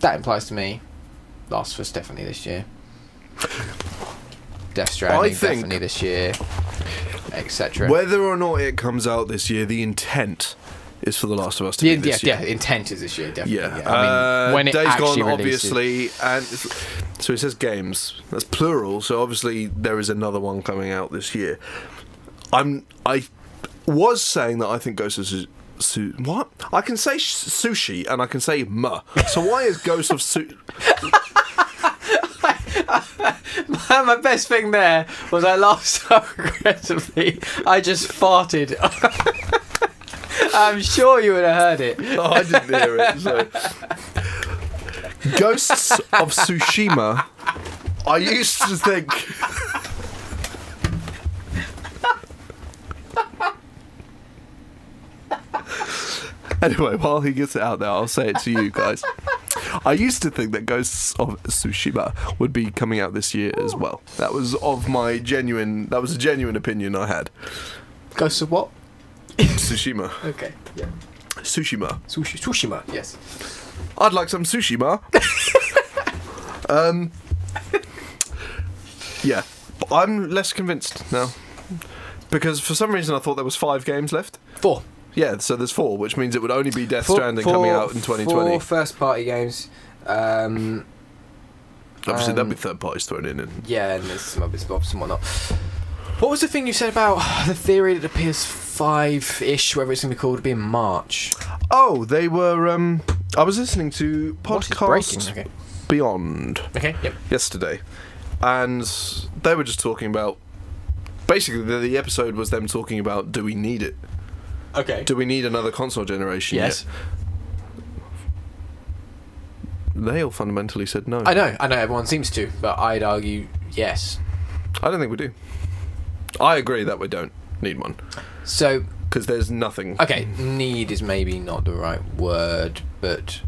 That implies to me Last of Us definitely this year, Death Stranding think- definitely this year, etc. Whether or not it comes out this year, the intent is for The Last of Us to Yeah, be yeah, this yeah, year. intent is this year definitely. Yeah. I mean, uh, when it Days actually Gone, releases- obviously, and it's- so it says games. That's plural. So obviously there is another one coming out this year. I'm I was saying that I think Ghost of Su- Su- what I can say sh- sushi and I can say muh. So why is Ghost of Su- [LAUGHS] my best thing there was I laughed [LAUGHS] so aggressively, I just farted. [LAUGHS] I'm sure you would have heard it. Oh, I didn't hear it. So. Ghosts of Tsushima. I used to think. anyway, while he gets it out there, I'll say it to you guys. I used to think that Ghosts of Tsushima would be coming out this year as well. That was of my genuine. That was a genuine opinion I had. Ghosts of what? Tsushima, Okay. Yeah. Tsushima. Sushi, Tsushima. Yes. I'd like some [LAUGHS] sushi, ma. um, yeah, But I'm less convinced now because for some reason I thought there was five games left. Four. Yeah, so there's four, which means it would only be Death Stranding coming out in 2020. Four first-party games. Um, Obviously, um, that'd be third parties thrown in. And yeah, and there's some other stuff and whatnot. What was the thing you said about the theory that the PS5-ish, whatever it's going to be called, would be in March? oh, they were. Um, I was listening to What is podcast breaking? Okay. Beyond Okay. Yep. yesterday, and they were just talking about. Basically, the, the episode was them talking about do we need it? Okay. Do we need another console generation? yet? yes. They all fundamentally said no. I I, know. I know. Everyone seems to, but I'd argue yes. don't think we do. I agree that we don't need one So because there's nothing. Okay, need is maybe not the right word, but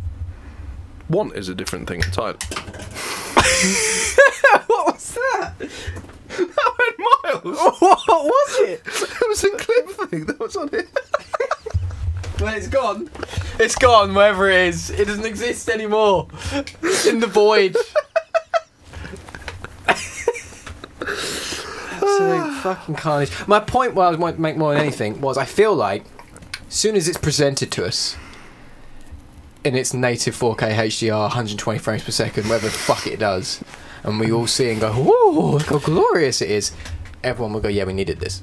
Want is a different thing [LAUGHS] entirely. what was that? [LAUGHS] Miles, What was it? it was a clip thing that was on it. Well, it's gone. It's gone. Wherever it is, it doesn't exist anymore. It's in the void. Absolute fucking carnage. My point, what I was wanting to make more than anything, was I feel like, as soon as it's presented to us. In its native 4K HDR, 120 frames per second, whatever the fuck it does, and we all see it and go, "Whoa, look how glorious it is!" Everyone will go, "Yeah, we needed this."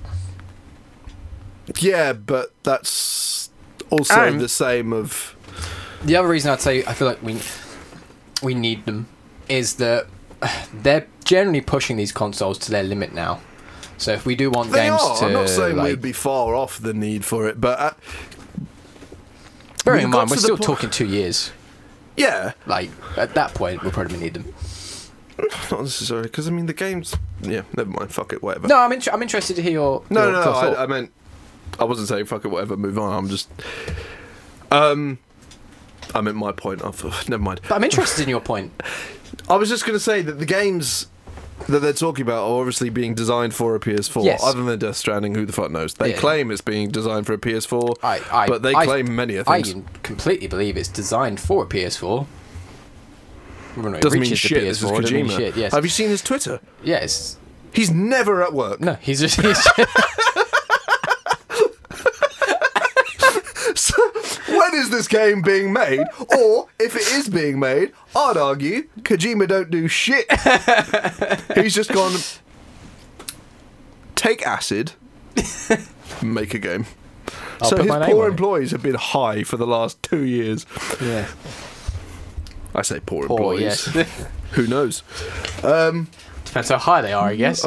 Yeah, but that's also And- the same of. the other reason I'd say I feel like we we need them is that they're generally pushing these consoles to their limit now. So if we do want They games are. to, I'm not saying like, we'd be far off the need for it, but uh, bearing in we've got mind we're to the still point- talking two years. yeah, Like at that point, we'll probably need them. Not necessarily, because I mean the game's. Yeah, never mind. Fuck it, whatever. No, I'm int- I'm interested to hear your. no, your no. thought- I, I meant I wasn't saying fuck it, whatever. Move on. I'm just. Um, I meant my point. I've, [LAUGHS] never mind. but I'm interested in your point. I was just going to say that the games that they're talking about are obviously being designed for a PS4. Yes. Other than Death Stranding, who the fuck knows? They Yeah. claim it's being designed for a PS4, I, I but they I- claim many of I things. completely believe it's designed for a PS4. Well, no, it Doesn't mean reaches the shit. This is PS4, doesn't mean Kojima. shit, yes. Have you seen his Twitter? Yes. He's never at work. No, he's just. [LAUGHS] He's So, when is this game being made? Or if it is being made, I'd argue Kojima don't do shit. He's just gone. Take acid, make a game. I'll so put his my name poor on it. employees have been high for the last two years. yeah. I say poor, Poor, employees. [LAUGHS] yes. Who knows? Um, Depends how high they are, I [LAUGHS] guess.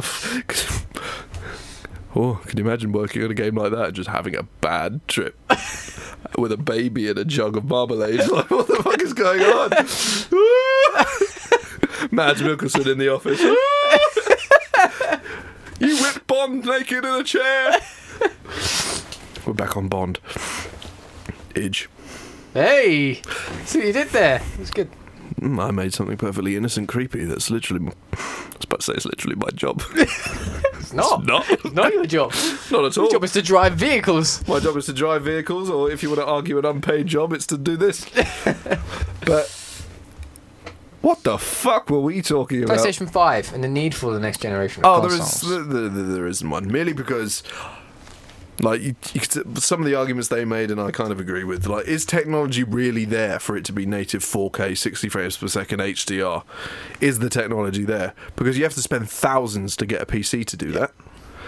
oh, can you imagine working on a game like that and just having a bad trip [LAUGHS] with a baby and a jug of marmalade? [LAUGHS] Like, what the fuck is going on? [LAUGHS] Mads Mikkelsen in the office. [LAUGHS] you whipped Bond naked in a chair. We're back on Bond. Idge. Hey! See what you did there. It's good. Mm, I made something perfectly innocent, creepy. That's literally. m- I was about to say it's literally my job. [LAUGHS] It's not. Not. It's not your job. Not at Oh. all. Your job is to drive vehicles. My job is to drive vehicles, or if you want to argue an unpaid job, it's to do [LAUGHS] this. but what the fuck were we talking about? PlayStation 5 and the need for the next generation of oh, there is consoles. th th th- there isn't one. Merely because, like, you, you could, s- some of the arguments they made, and I kind of agree with. Like, is technology really there for it to be native 4K, 60 frames per second HDR? Is the technology there? Because you have to spend thousands to get a PC to do that.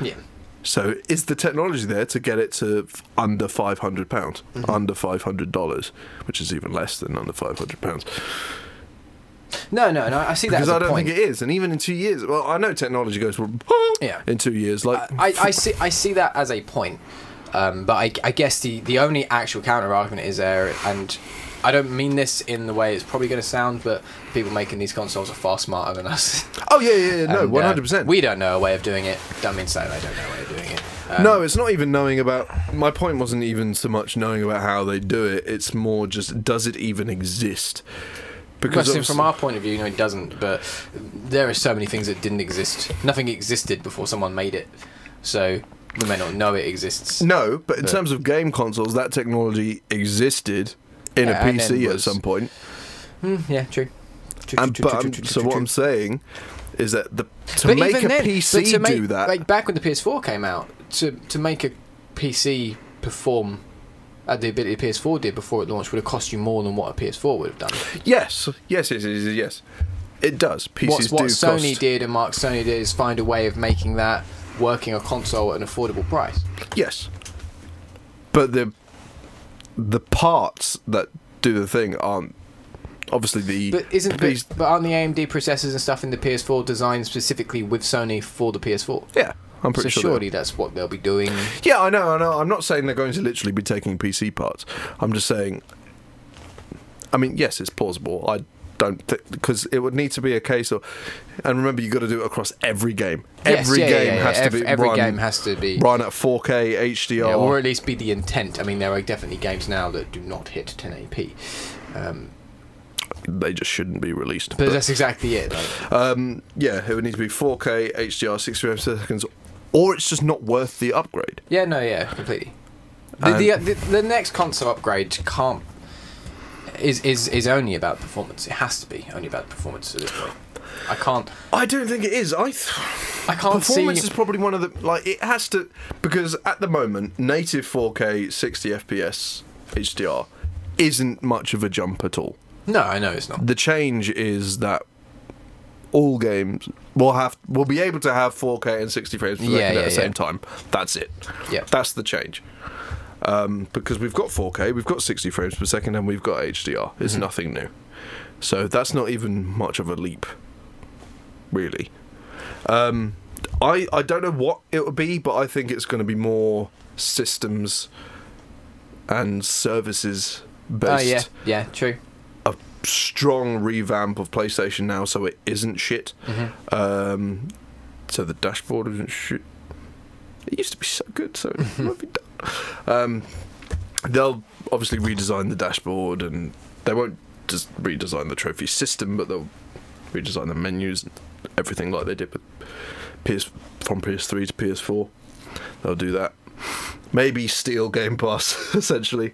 Yeah. So is the technology there to get it to f- under five hundred pounds, Mm-hmm. under five hundred dollars, which is even less than under five hundred pounds? No, no, no. I see that Because as a I don't point. think it is, and even in two years, well, I know technology goes [LAUGHS] Yeah. in two years, like I, I see I see that as a point, um, but I, I guess the, the only actual counter argument is there, and I don't mean this in the way it's probably going to sound, but people making these consoles are far smarter than us. [LAUGHS] oh yeah, yeah, yeah no, And, uh, one hundred percent. We don't know a way of doing it. Don't mean to say they don't know a way of doing it. Um, No, it's not even knowing about. My point wasn't even so much knowing about how they do it. It's more just does it even exist? Because obviously- from our point of view, no, it doesn't. But there are so many things that didn't exist. Nothing existed before someone made it, so we may not know it exists. no, but in terms of game consoles, that technology existed in Yeah, a and then PC at was- some point. Hmm, yeah, true. True, And true, [LAUGHS] but true, [LAUGHS] I'm- true, true, so true, what true. I'm saying is that the to But make even a then, PC but to make- do that, Like back when the PS4 came out, to to make a PC perform at the ability the PS4 did before it launched would have cost you more than what a PS4 would have done. yes, yes, yes, yes, yes, it does. PCs What's, what do Sony cost. did and Mark Sony did is find a way of making that working a console at an affordable price. Yes, but the the parts that do the thing aren't obviously the. But isn't Please- but, but aren't the AMD processors and stuff in the PS4 designed specifically with Sony for the PS4? yeah, I'm pretty so sure. they- surely that's what they'll be doing. Yeah, I know, I know. I'm not saying they're going to literally be taking PC parts. I'm just saying. I mean, yes, it's plausible. I don't think because it would need to be a case of, and remember, you got to do it across every game. Yes, every yeah, yeah, game yeah, yeah. has Every- to be every run, game has to be run at 4K HDR. Yeah, or at least be the intent. I mean, there are definitely games now that do not hit 1080p. Um, they just shouldn't be released. but But, that's exactly it. Though. um, yeah, it would need to be 4K HDR, 60 frames per second, or it's just not worth the upgrade. Yeah, no, yeah, completely. The, Um, the, uh, the, the next console upgrade can't is, is is only about performance. It has to be only about performance at this point. I can't. I don't think it is. I. Th- I can't performance see. is probably one of the like it has to because at the moment native 4K 60 FPS HDR isn't much of a jump at all. No, I know it's not. The change is that all games will have will be able to have 4K and 60 frames per second Yeah, at yeah, the yeah. same time. That's it. Yeah. That's the change. Um, because we've got 4K, we've got 60 frames per second, and we've got HDR. It's Mm-hmm. nothing new. So that's not even much of a leap, really. Um, I I don't know what it will be, but I think it's going to be more systems and services Oh based yeah, yeah, Oh, true. a strong revamp of PlayStation now, so it isn't shit. Mm-hmm. Um, so the dashboard isn't shit. It used to be so good, so it might be done. Um, they'll obviously redesign the dashboard, and they won't just redesign the trophy system, but they'll redesign the menus and everything like they did with PS from PS3 to PS4. They'll do that. Maybe steal Game Pass [LAUGHS] essentially.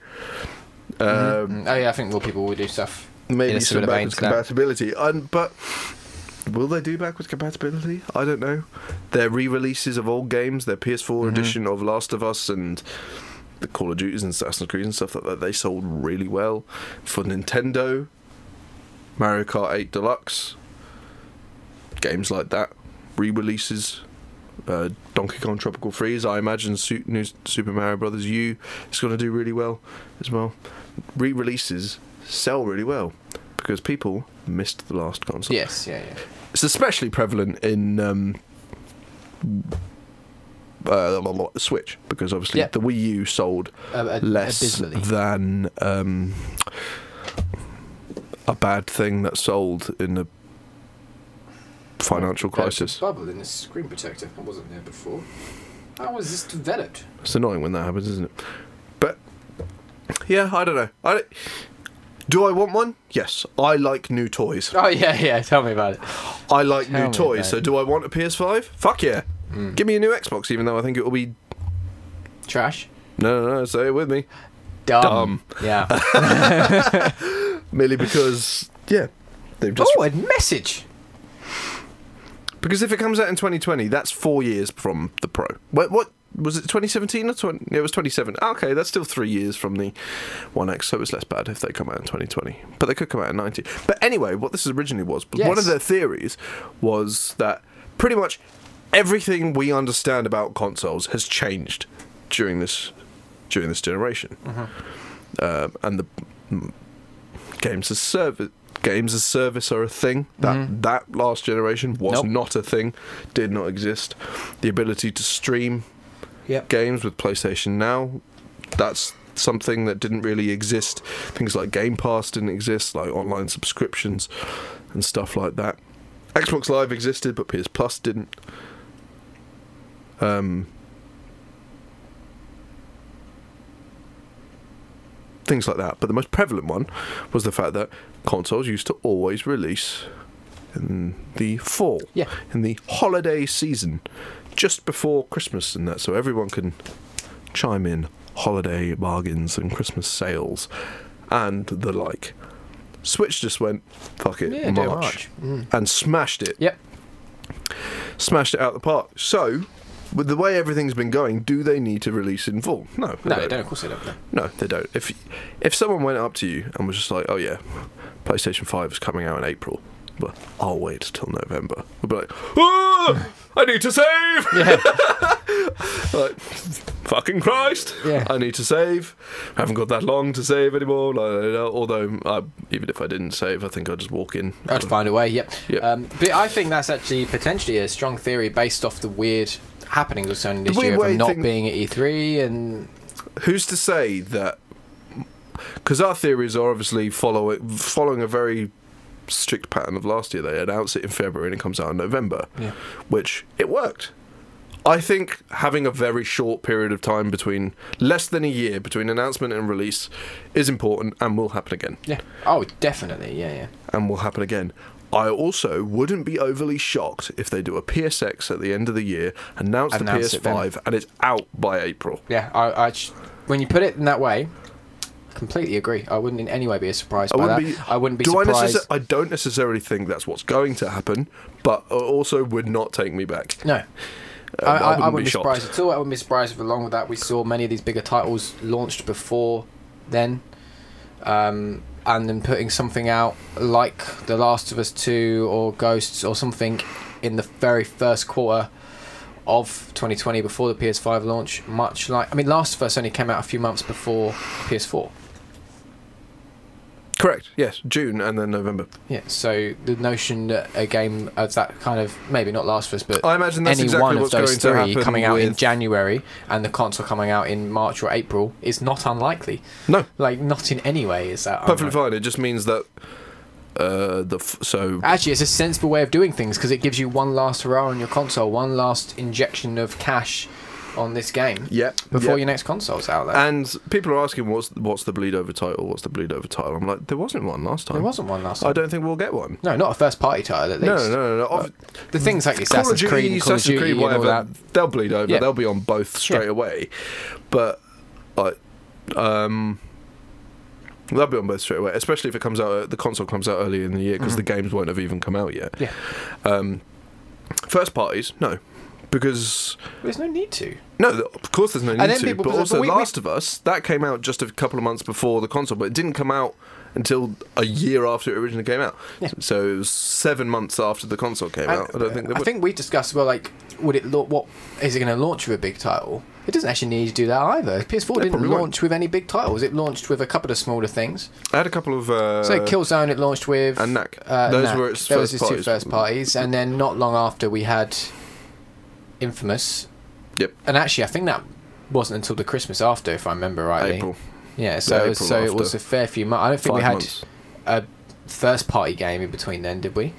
Um, Oh yeah, I think more people will do stuff. in maybe a some similar vein backwards to that. compatibility. And, but will they do backwards compatibility? I don't know. Their re-releases of old games, their PS4 Mm-hmm. edition of Last of Us and the Call of Duties and Assassin's Creed and stuff like that, they sold really well for Nintendo. Mario Kart 8 Deluxe, games like that, re-releases. Uh, Donkey Kong Tropical Freeze. I imagine Su- new Super Mario Brothers U is going to do really well as well. Re-releases sell really well because people missed the last console. Yes, yeah, yeah. It's especially prevalent in um, uh, la- la- Switch because obviously Yeah. the Wii U sold A- a- less abysmally. than um, a bad thing that sold in the financial crisis. bubble in the screen protector. I wasn't there before. How was this developed? It's annoying when that happens, isn't it? But yeah, I don't know. I don't- do I want one? Yes, I like new toys. Oh yeah, [LAUGHS] yeah. Tell me about it. I like Tell new me toys. about So it. do I want a PS5? Fuck yeah! Give me a new Xbox, even though I think it will be Trash. no, no, no. Say it with me, Dumb. Dumb. Yeah. merely because yeah, they've [LAUGHS] just oh, a message. because if it comes out in 2020, that's four years from the Pro. What? what was it 2017 or 20? It was 27. Ah, Okay, that's still three years from the 1X, so it's less bad if they come out in 2020. But they could come out in 90. But anyway, what this originally was, one of Yes. their theories was that pretty much everything we understand about consoles has changed during this during this generation, um, and the mm, games as service games as service are a thing that that last generation was Mm-hmm. Nope. not a thing, did not exist. The ability to stream Yep. games with PlayStation Now. That's something that didn't really exist. Things like Game Pass didn't exist, like online subscriptions and stuff like that. Xbox Live existed, but PS Plus didn't. Um, things like that. But the most prevalent one was the fact that consoles used to always release in the fall, Yeah. in the holiday season, just before Christmas and that, so everyone can chime in holiday bargains and Christmas sales and the like. Switch just went fuck it, Yeah, do March, and smashed it Yep. smashed it out the park. So, with the way everything's been going, do they need to release in full? No, No, they don't. Of course they don't. no. No, they don't. If if someone went up to you and was just like, "Oh yeah, PlayStation Five is coming out in April," but I'll wait till November. I'd be like, "Oh, I need to save." [LAUGHS] like, fucking Christ! Yeah. I need to save. I haven't got that long to save anymore. la, la, la, la. Although, I, even if I didn't save, I think I'd just walk in. I'd find a way. Yep. Yep. Um, but I think that's actually potentially a strong theory based off the weird happenings of Sony this The weird year, way from not thing- being at E3 and who's to say that because our theories are obviously following following a very strict pattern of last year they announce it in february and it comes out in november Yeah. which it worked i think having a very short period of time between less than a year between announcement and release is important and will happen again yeah. Oh, definitely. Yeah, yeah. and will happen again. I also wouldn't be overly shocked if they do a PSX at the end of the year, announce, Announce the it then. PS5, and it's out by April. Yeah, I, I j- when you put it in that way, I completely agree. I wouldn't in any way be surprised I by wouldn't that. be. I wouldn't be do I, surprised. necessar- I don't necessarily think that's what's going to happen, but it also would not take me back. no. Uh, I, I, I wouldn't, be, shocked. surprised at all. I wouldn't be surprised if, along with that, we saw many of these bigger titles launched before then, um, and then putting something out like The Last of Us Two or Ghosts or something in the very first quarter of 2020 before the PS5 launch. Much like, I mean, Last of Us only came out a few months before PS4. Correct. Yes, June and then November. Yeah, so the notion that a game of that kind of maybe not Last of Us, but I imagine Oh, that's any exactly one of what's those going to three happen coming out in with- January and the console coming out in March or April is not unlikely. No, Like not in any way is that perfectly unlikely. fine. It just means that Uh, the f- so Actually, it's a sensible way of doing things because it gives you one last hurrah on your console, one last injection of cash on this game yeah, before yeah. your next console's out there. And people are asking what's what's the bleed over title? What's the bleed over title? I'm like, there wasn't one last time. there wasn't one last I time. don't think we'll get one. No, not a first party title at least. No, no, no, no. Of- The things like Call of Assassin's Duty, Creed, and Call of Assassin's Duty, Creed, and all whatever, that. they'll bleed over. Yeah. They'll be on both straight Yeah. away. But I, um, they'll be on both straight away. Especially if it comes out, the console comes out early in the year because the games won't have even come out yet. Mm-hmm. Yeah. Um, first parties, no, because There's no need to. no, th- of course there's no need then to. people- But but also, we- we- Last of Us that came out just a couple of months before the console, but it didn't come out until a year after it originally came out. Yeah. So it was seven months after the console came And- out. I don't think. They I would. think we discussed well, like, would it launch? What is it going to launch with a big title? It doesn't actually need to do that either. PS4 didn't probably won't. launch with any big titles. It launched with a couple of smaller things. I had a couple of. Uh, So Killzone, it launched with and Knack. Uh, Those Knack. were its That was first his parties. two first parties, and then not long after we had Infamous. Yep. And actually, I think that wasn't until the Christmas after, if I remember rightly. April. Yeah. So it was, April so it after. was a fair few months. I don't think Five we had months. a first party game in between then, did we?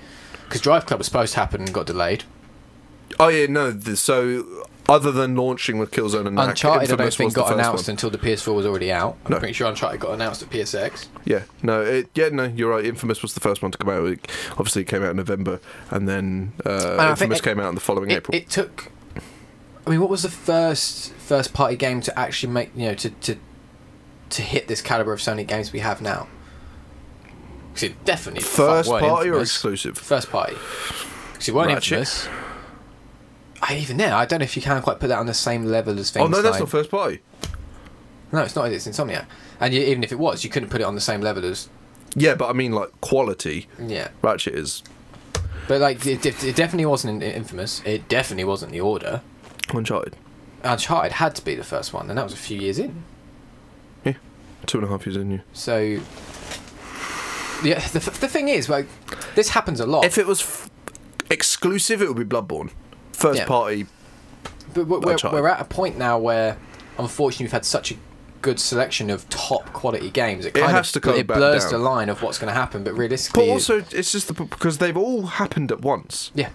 Because Drive Club was supposed to happen and got delayed. Oh yeah, no. The, so other than launching with Killzone and Knack, Uncharted, I don't Infamous think was the got first announced one. until the PS4 was already out. I'm No. pretty sure Uncharted got announced at PSX. Yeah, no, it, yeah, no. You're right. Infamous was the first one to come out. It, obviously, it came out in November, and then uh, I think Infamous it- came out in the following It, April. it took. I mean, what was the first first party game to actually make you know to to to hit this caliber of Sony games we have now? 'Cause it definitely first fuck, weren't party or Infamous. exclusive? first party. Because it weren't Ratchet. infamous. I, even there, I don't know if you can quite put that on the same level as things. Oh no, that's like- not first party. No, it's not. It's Insomniac, and you, even if it was, you couldn't put it on the same level as Yeah, but I mean like quality. yeah. Ratchet is But like, it, def- it definitely wasn't in- infamous. It definitely wasn't the order. Uncharted. Uncharted had to be the first one, and that was a few years in. Two and a half years in you. So, yeah, the, f- the thing is, like, this happens a lot. If it was f- exclusive, it would be Bloodborne. First Yeah. party. but we're, we're, Uncharted. we're at a point now where, unfortunately, we've had such a good selection of top quality games. It, kind has of, to come It back blurs down. the line of what's going to happen, but But realistically, also, it's just the, because they've all happened at once. yeah.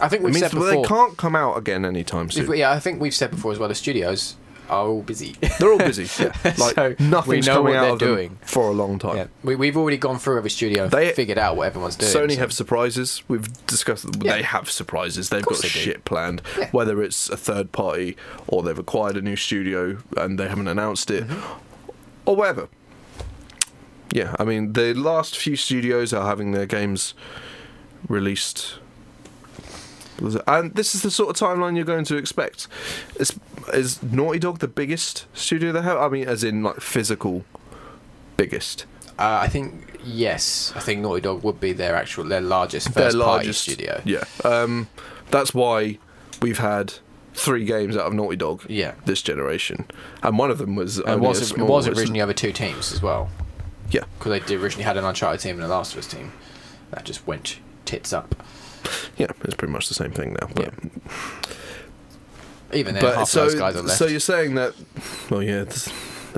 I think It we've said means that they before. can't come out again anytime if soon. we- yeah, I think we've said before as well. The studios are all [LAUGHS] busy. They're [LAUGHS] all busy. Like So, we nothing's know coming what out they're of them doing. for a long time. yeah, we, we've already gone through every studio and They- figured out what everyone's doing. Sony so- have surprises. We've discussed that Yeah. they have surprises. They've got course they do. shit planned, Yeah. whether it's a third party or they've acquired a new studio and they haven't announced it, Mm-hmm. or whatever. Yeah, I mean the last few studios are having their games released. Was it- And this is the sort of timeline you're going to expect. Is, is Naughty Dog the biggest studio they have? I mean, as in like physical biggest. Uh, I think yes. I think Naughty Dog would be their actual their largest first their party largest studio. Yeah, um, that's why we've had three games out of Naughty Dog Yeah. this generation, and one of them was And only a was it small- was originally over two teams as well yeah. because they did originally had an Uncharted team and a Last of Us team that just went tits up. Yeah, it's pretty much the same thing now. But, Even then, but half so of those guys are left. so you're saying that? Well, yeah. This,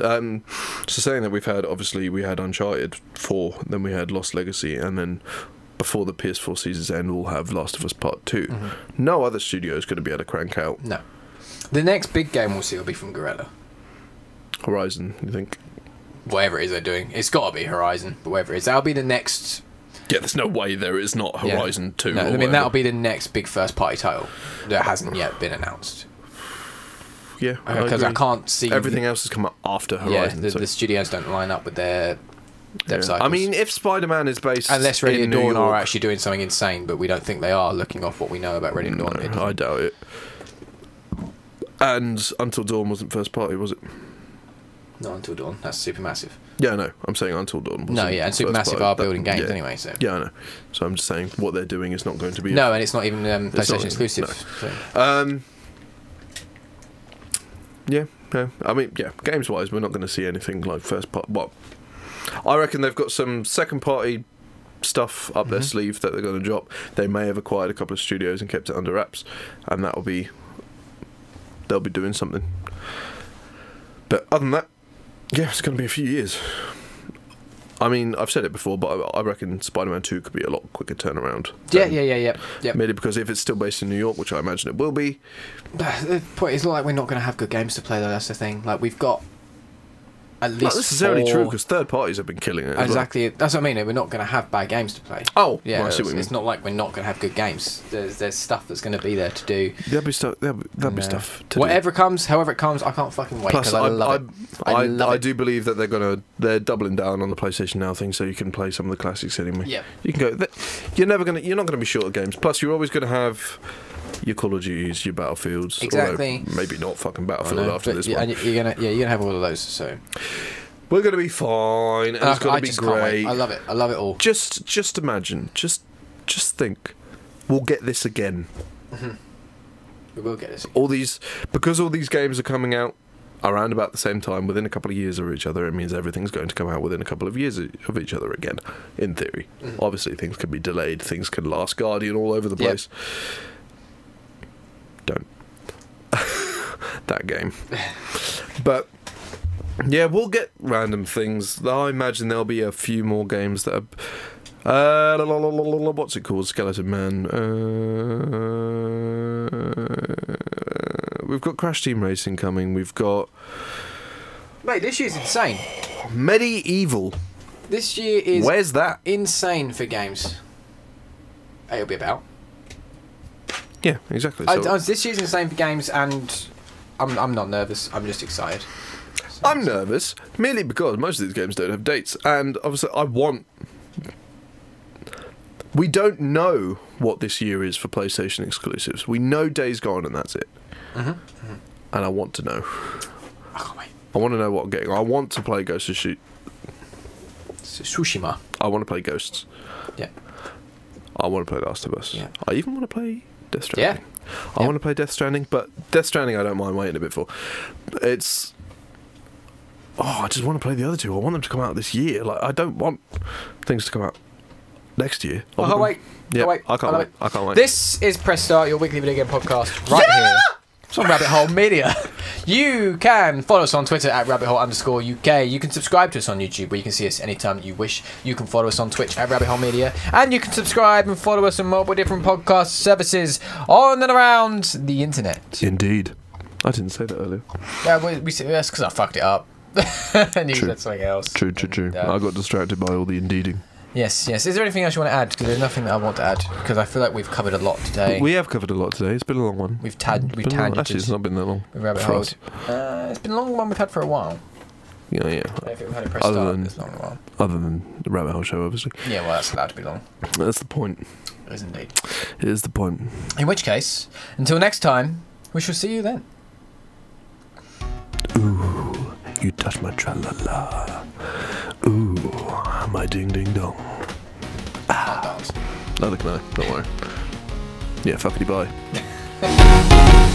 um, so saying that we've had obviously we had Uncharted four, then we had Lost Legacy, and then before the PS4 season's end, we'll have Last of Us Part 2 Mm-hmm. No other studio is going to be able to crank out no, the next big game we'll see will be from Gorilla. Horizon. You think? Whatever it is they're doing, it's got to be Horizon. But whatever it is, that'll be the next. Yeah, there's no way there is not yeah. Horizon Two. No, or I mean whatever. that'll be the next big first party title that hasn't yet been announced Yeah, I because I, agree. can't see Everything else has come out after Yeah, Horizon. the, so- the studios don't line up with their yeah. dev cycles. I mean, if Spider-Man is based Unless Ready in at Dawn New York, are actually doing something insane, but we don't think they are looking off what we know about Ready at Dawn. It- no, I doubt it. And Until Dawn wasn't first party, was it? not until Dawn. That's supermassive. Yeah, no, I'm saying Until Dawn. Wasn't No, yeah, and first supermassive party. are That- building games yeah. anyway. So Yeah, I know. So I'm just saying what they're doing is not going to be. no, and it's not even um, It's PlayStation not even- exclusive. so- Um. Yeah, yeah. I mean, yeah. Games wise, we're not going to see anything like first part. Well, I reckon they've got some second party stuff up Mm-hmm. their sleeve that they're going to drop. They may have acquired a couple of studios and kept it under wraps, and that'll be they'll be doing something. But other than that, yeah, it's going to be a few years. I mean, I've said it before, but I, I reckon Spider-Man Two could be a lot quicker turnaround. Yeah, than- yeah, yeah, yeah. yeah. Merely because if it's still based in New York, which I imagine it will be, The point is, not like we're not going to have good games to play, though. That's the thing. Like we've got at least not necessarily four- true 'cause true because third parties have been killing it. as well. Exactly. That's what I mean. We're not going to have bad games to play. Oh, Yeah, yeah, I see it's, what you mean. it's not like we're not going to have good games. There's there's stuff that's going to be there to do. There'll be stuff. There'll be, there'll be And, uh, stuff. To do. Whatever comes, however it comes, I can't fucking wait Plus, because I, I, love it. I, I I, love I it. do believe that they're gonna they're doubling down on the PlayStation Now thing, so you can play some of the classics anyway. Yeah. You can go. th- You're never gonna. You're not gonna be short of games. Plus, you're always gonna have your Call of Duties, your Battlefields. although Exactly. Maybe not fucking I Battlefield know, after but this yeah, one. and you- you're gonna yeah you're gonna have all of those. So We're gonna be fine. And And it's I- gonna I be just can't wait. great. I love it. I love it all. just just imagine. Just just think. We'll get this again. Mm-hmm. We will get this. all these because all these games are coming out around about the same time within a couple of years of each other it means everything's going to come out within a couple of years of each other again in theory obviously things can be delayed things can last guardian all over the Yep. place don't [LAUGHS] that game but yeah we'll get random things i imagine there'll be a few more games that are uh, la- la- la- la- la- la- what's it called? Skeleton Man. Uh, we've got Crash Team Racing coming. We've got Mate, this year's insane. Medieval. This year is Where's that? insane for games. It'll be about. Yeah, exactly. I, So- I- this year's insane for games, and I'm I'm not nervous. I'm just excited. So- I'm nervous merely because most of these games don't have dates, and obviously I want. We don't know what this year is for PlayStation exclusives. We know Days Gone, and that's it. And I want to know. Mm-hmm. I can't wait. I want to know what I'm getting. I want to play Ghost of Shoot. It's Tsushima. I want to play Ghosts. Yeah. I want to play Last of Us. Yeah. I even want to play Death Stranding. I Yeah. want to play Death Stranding, but Death Stranding I don't mind waiting a bit for. It's oh, I just want to play the other two. I want them to come out this year. Like I don't want things to come out next year. I Oh, want wait. them- Yeah, oh, wait. I can't Oh, wait. I can't wait. This is Press Start, your weekly video game podcast, right here. It's on Rabbit Hole Media. [LAUGHS] You can follow us on Twitter at rabbit hole underscore UK. You can subscribe to us on YouTube where you can see us anytime you wish. You can follow us on Twitch at rabbit hole media. And you can subscribe and follow us on multiple different podcast services on and around the internet. Indeed. I didn't say that earlier. Yeah, we, we, that's because I fucked it up. [LAUGHS] and you said something else. True, true, true. Yeah. I got distracted by all the indeeding. Yes, yes. Is there anything else you want to add? Because there's nothing that I want to add because I feel like we've covered a lot today. We have covered a lot today. It's been a long one. We've tad we've Been a long- actually, tangented. it's not been that long. The rabbit for hole. us. Uh, it's been a long one we've had for a while. Yeah, yeah. I don't think we've had a press Other start than- this long in a while. Other than the rabbit hole show, obviously. Yeah, well, that's allowed to be long. That's the point. It is indeed. It is the point. In which case, until next time, we shall see you then. You touch my tra la la. Ooh, my ding ding dong. I'll dance. Neither can I, don't worry. Yeah, fuckity bye.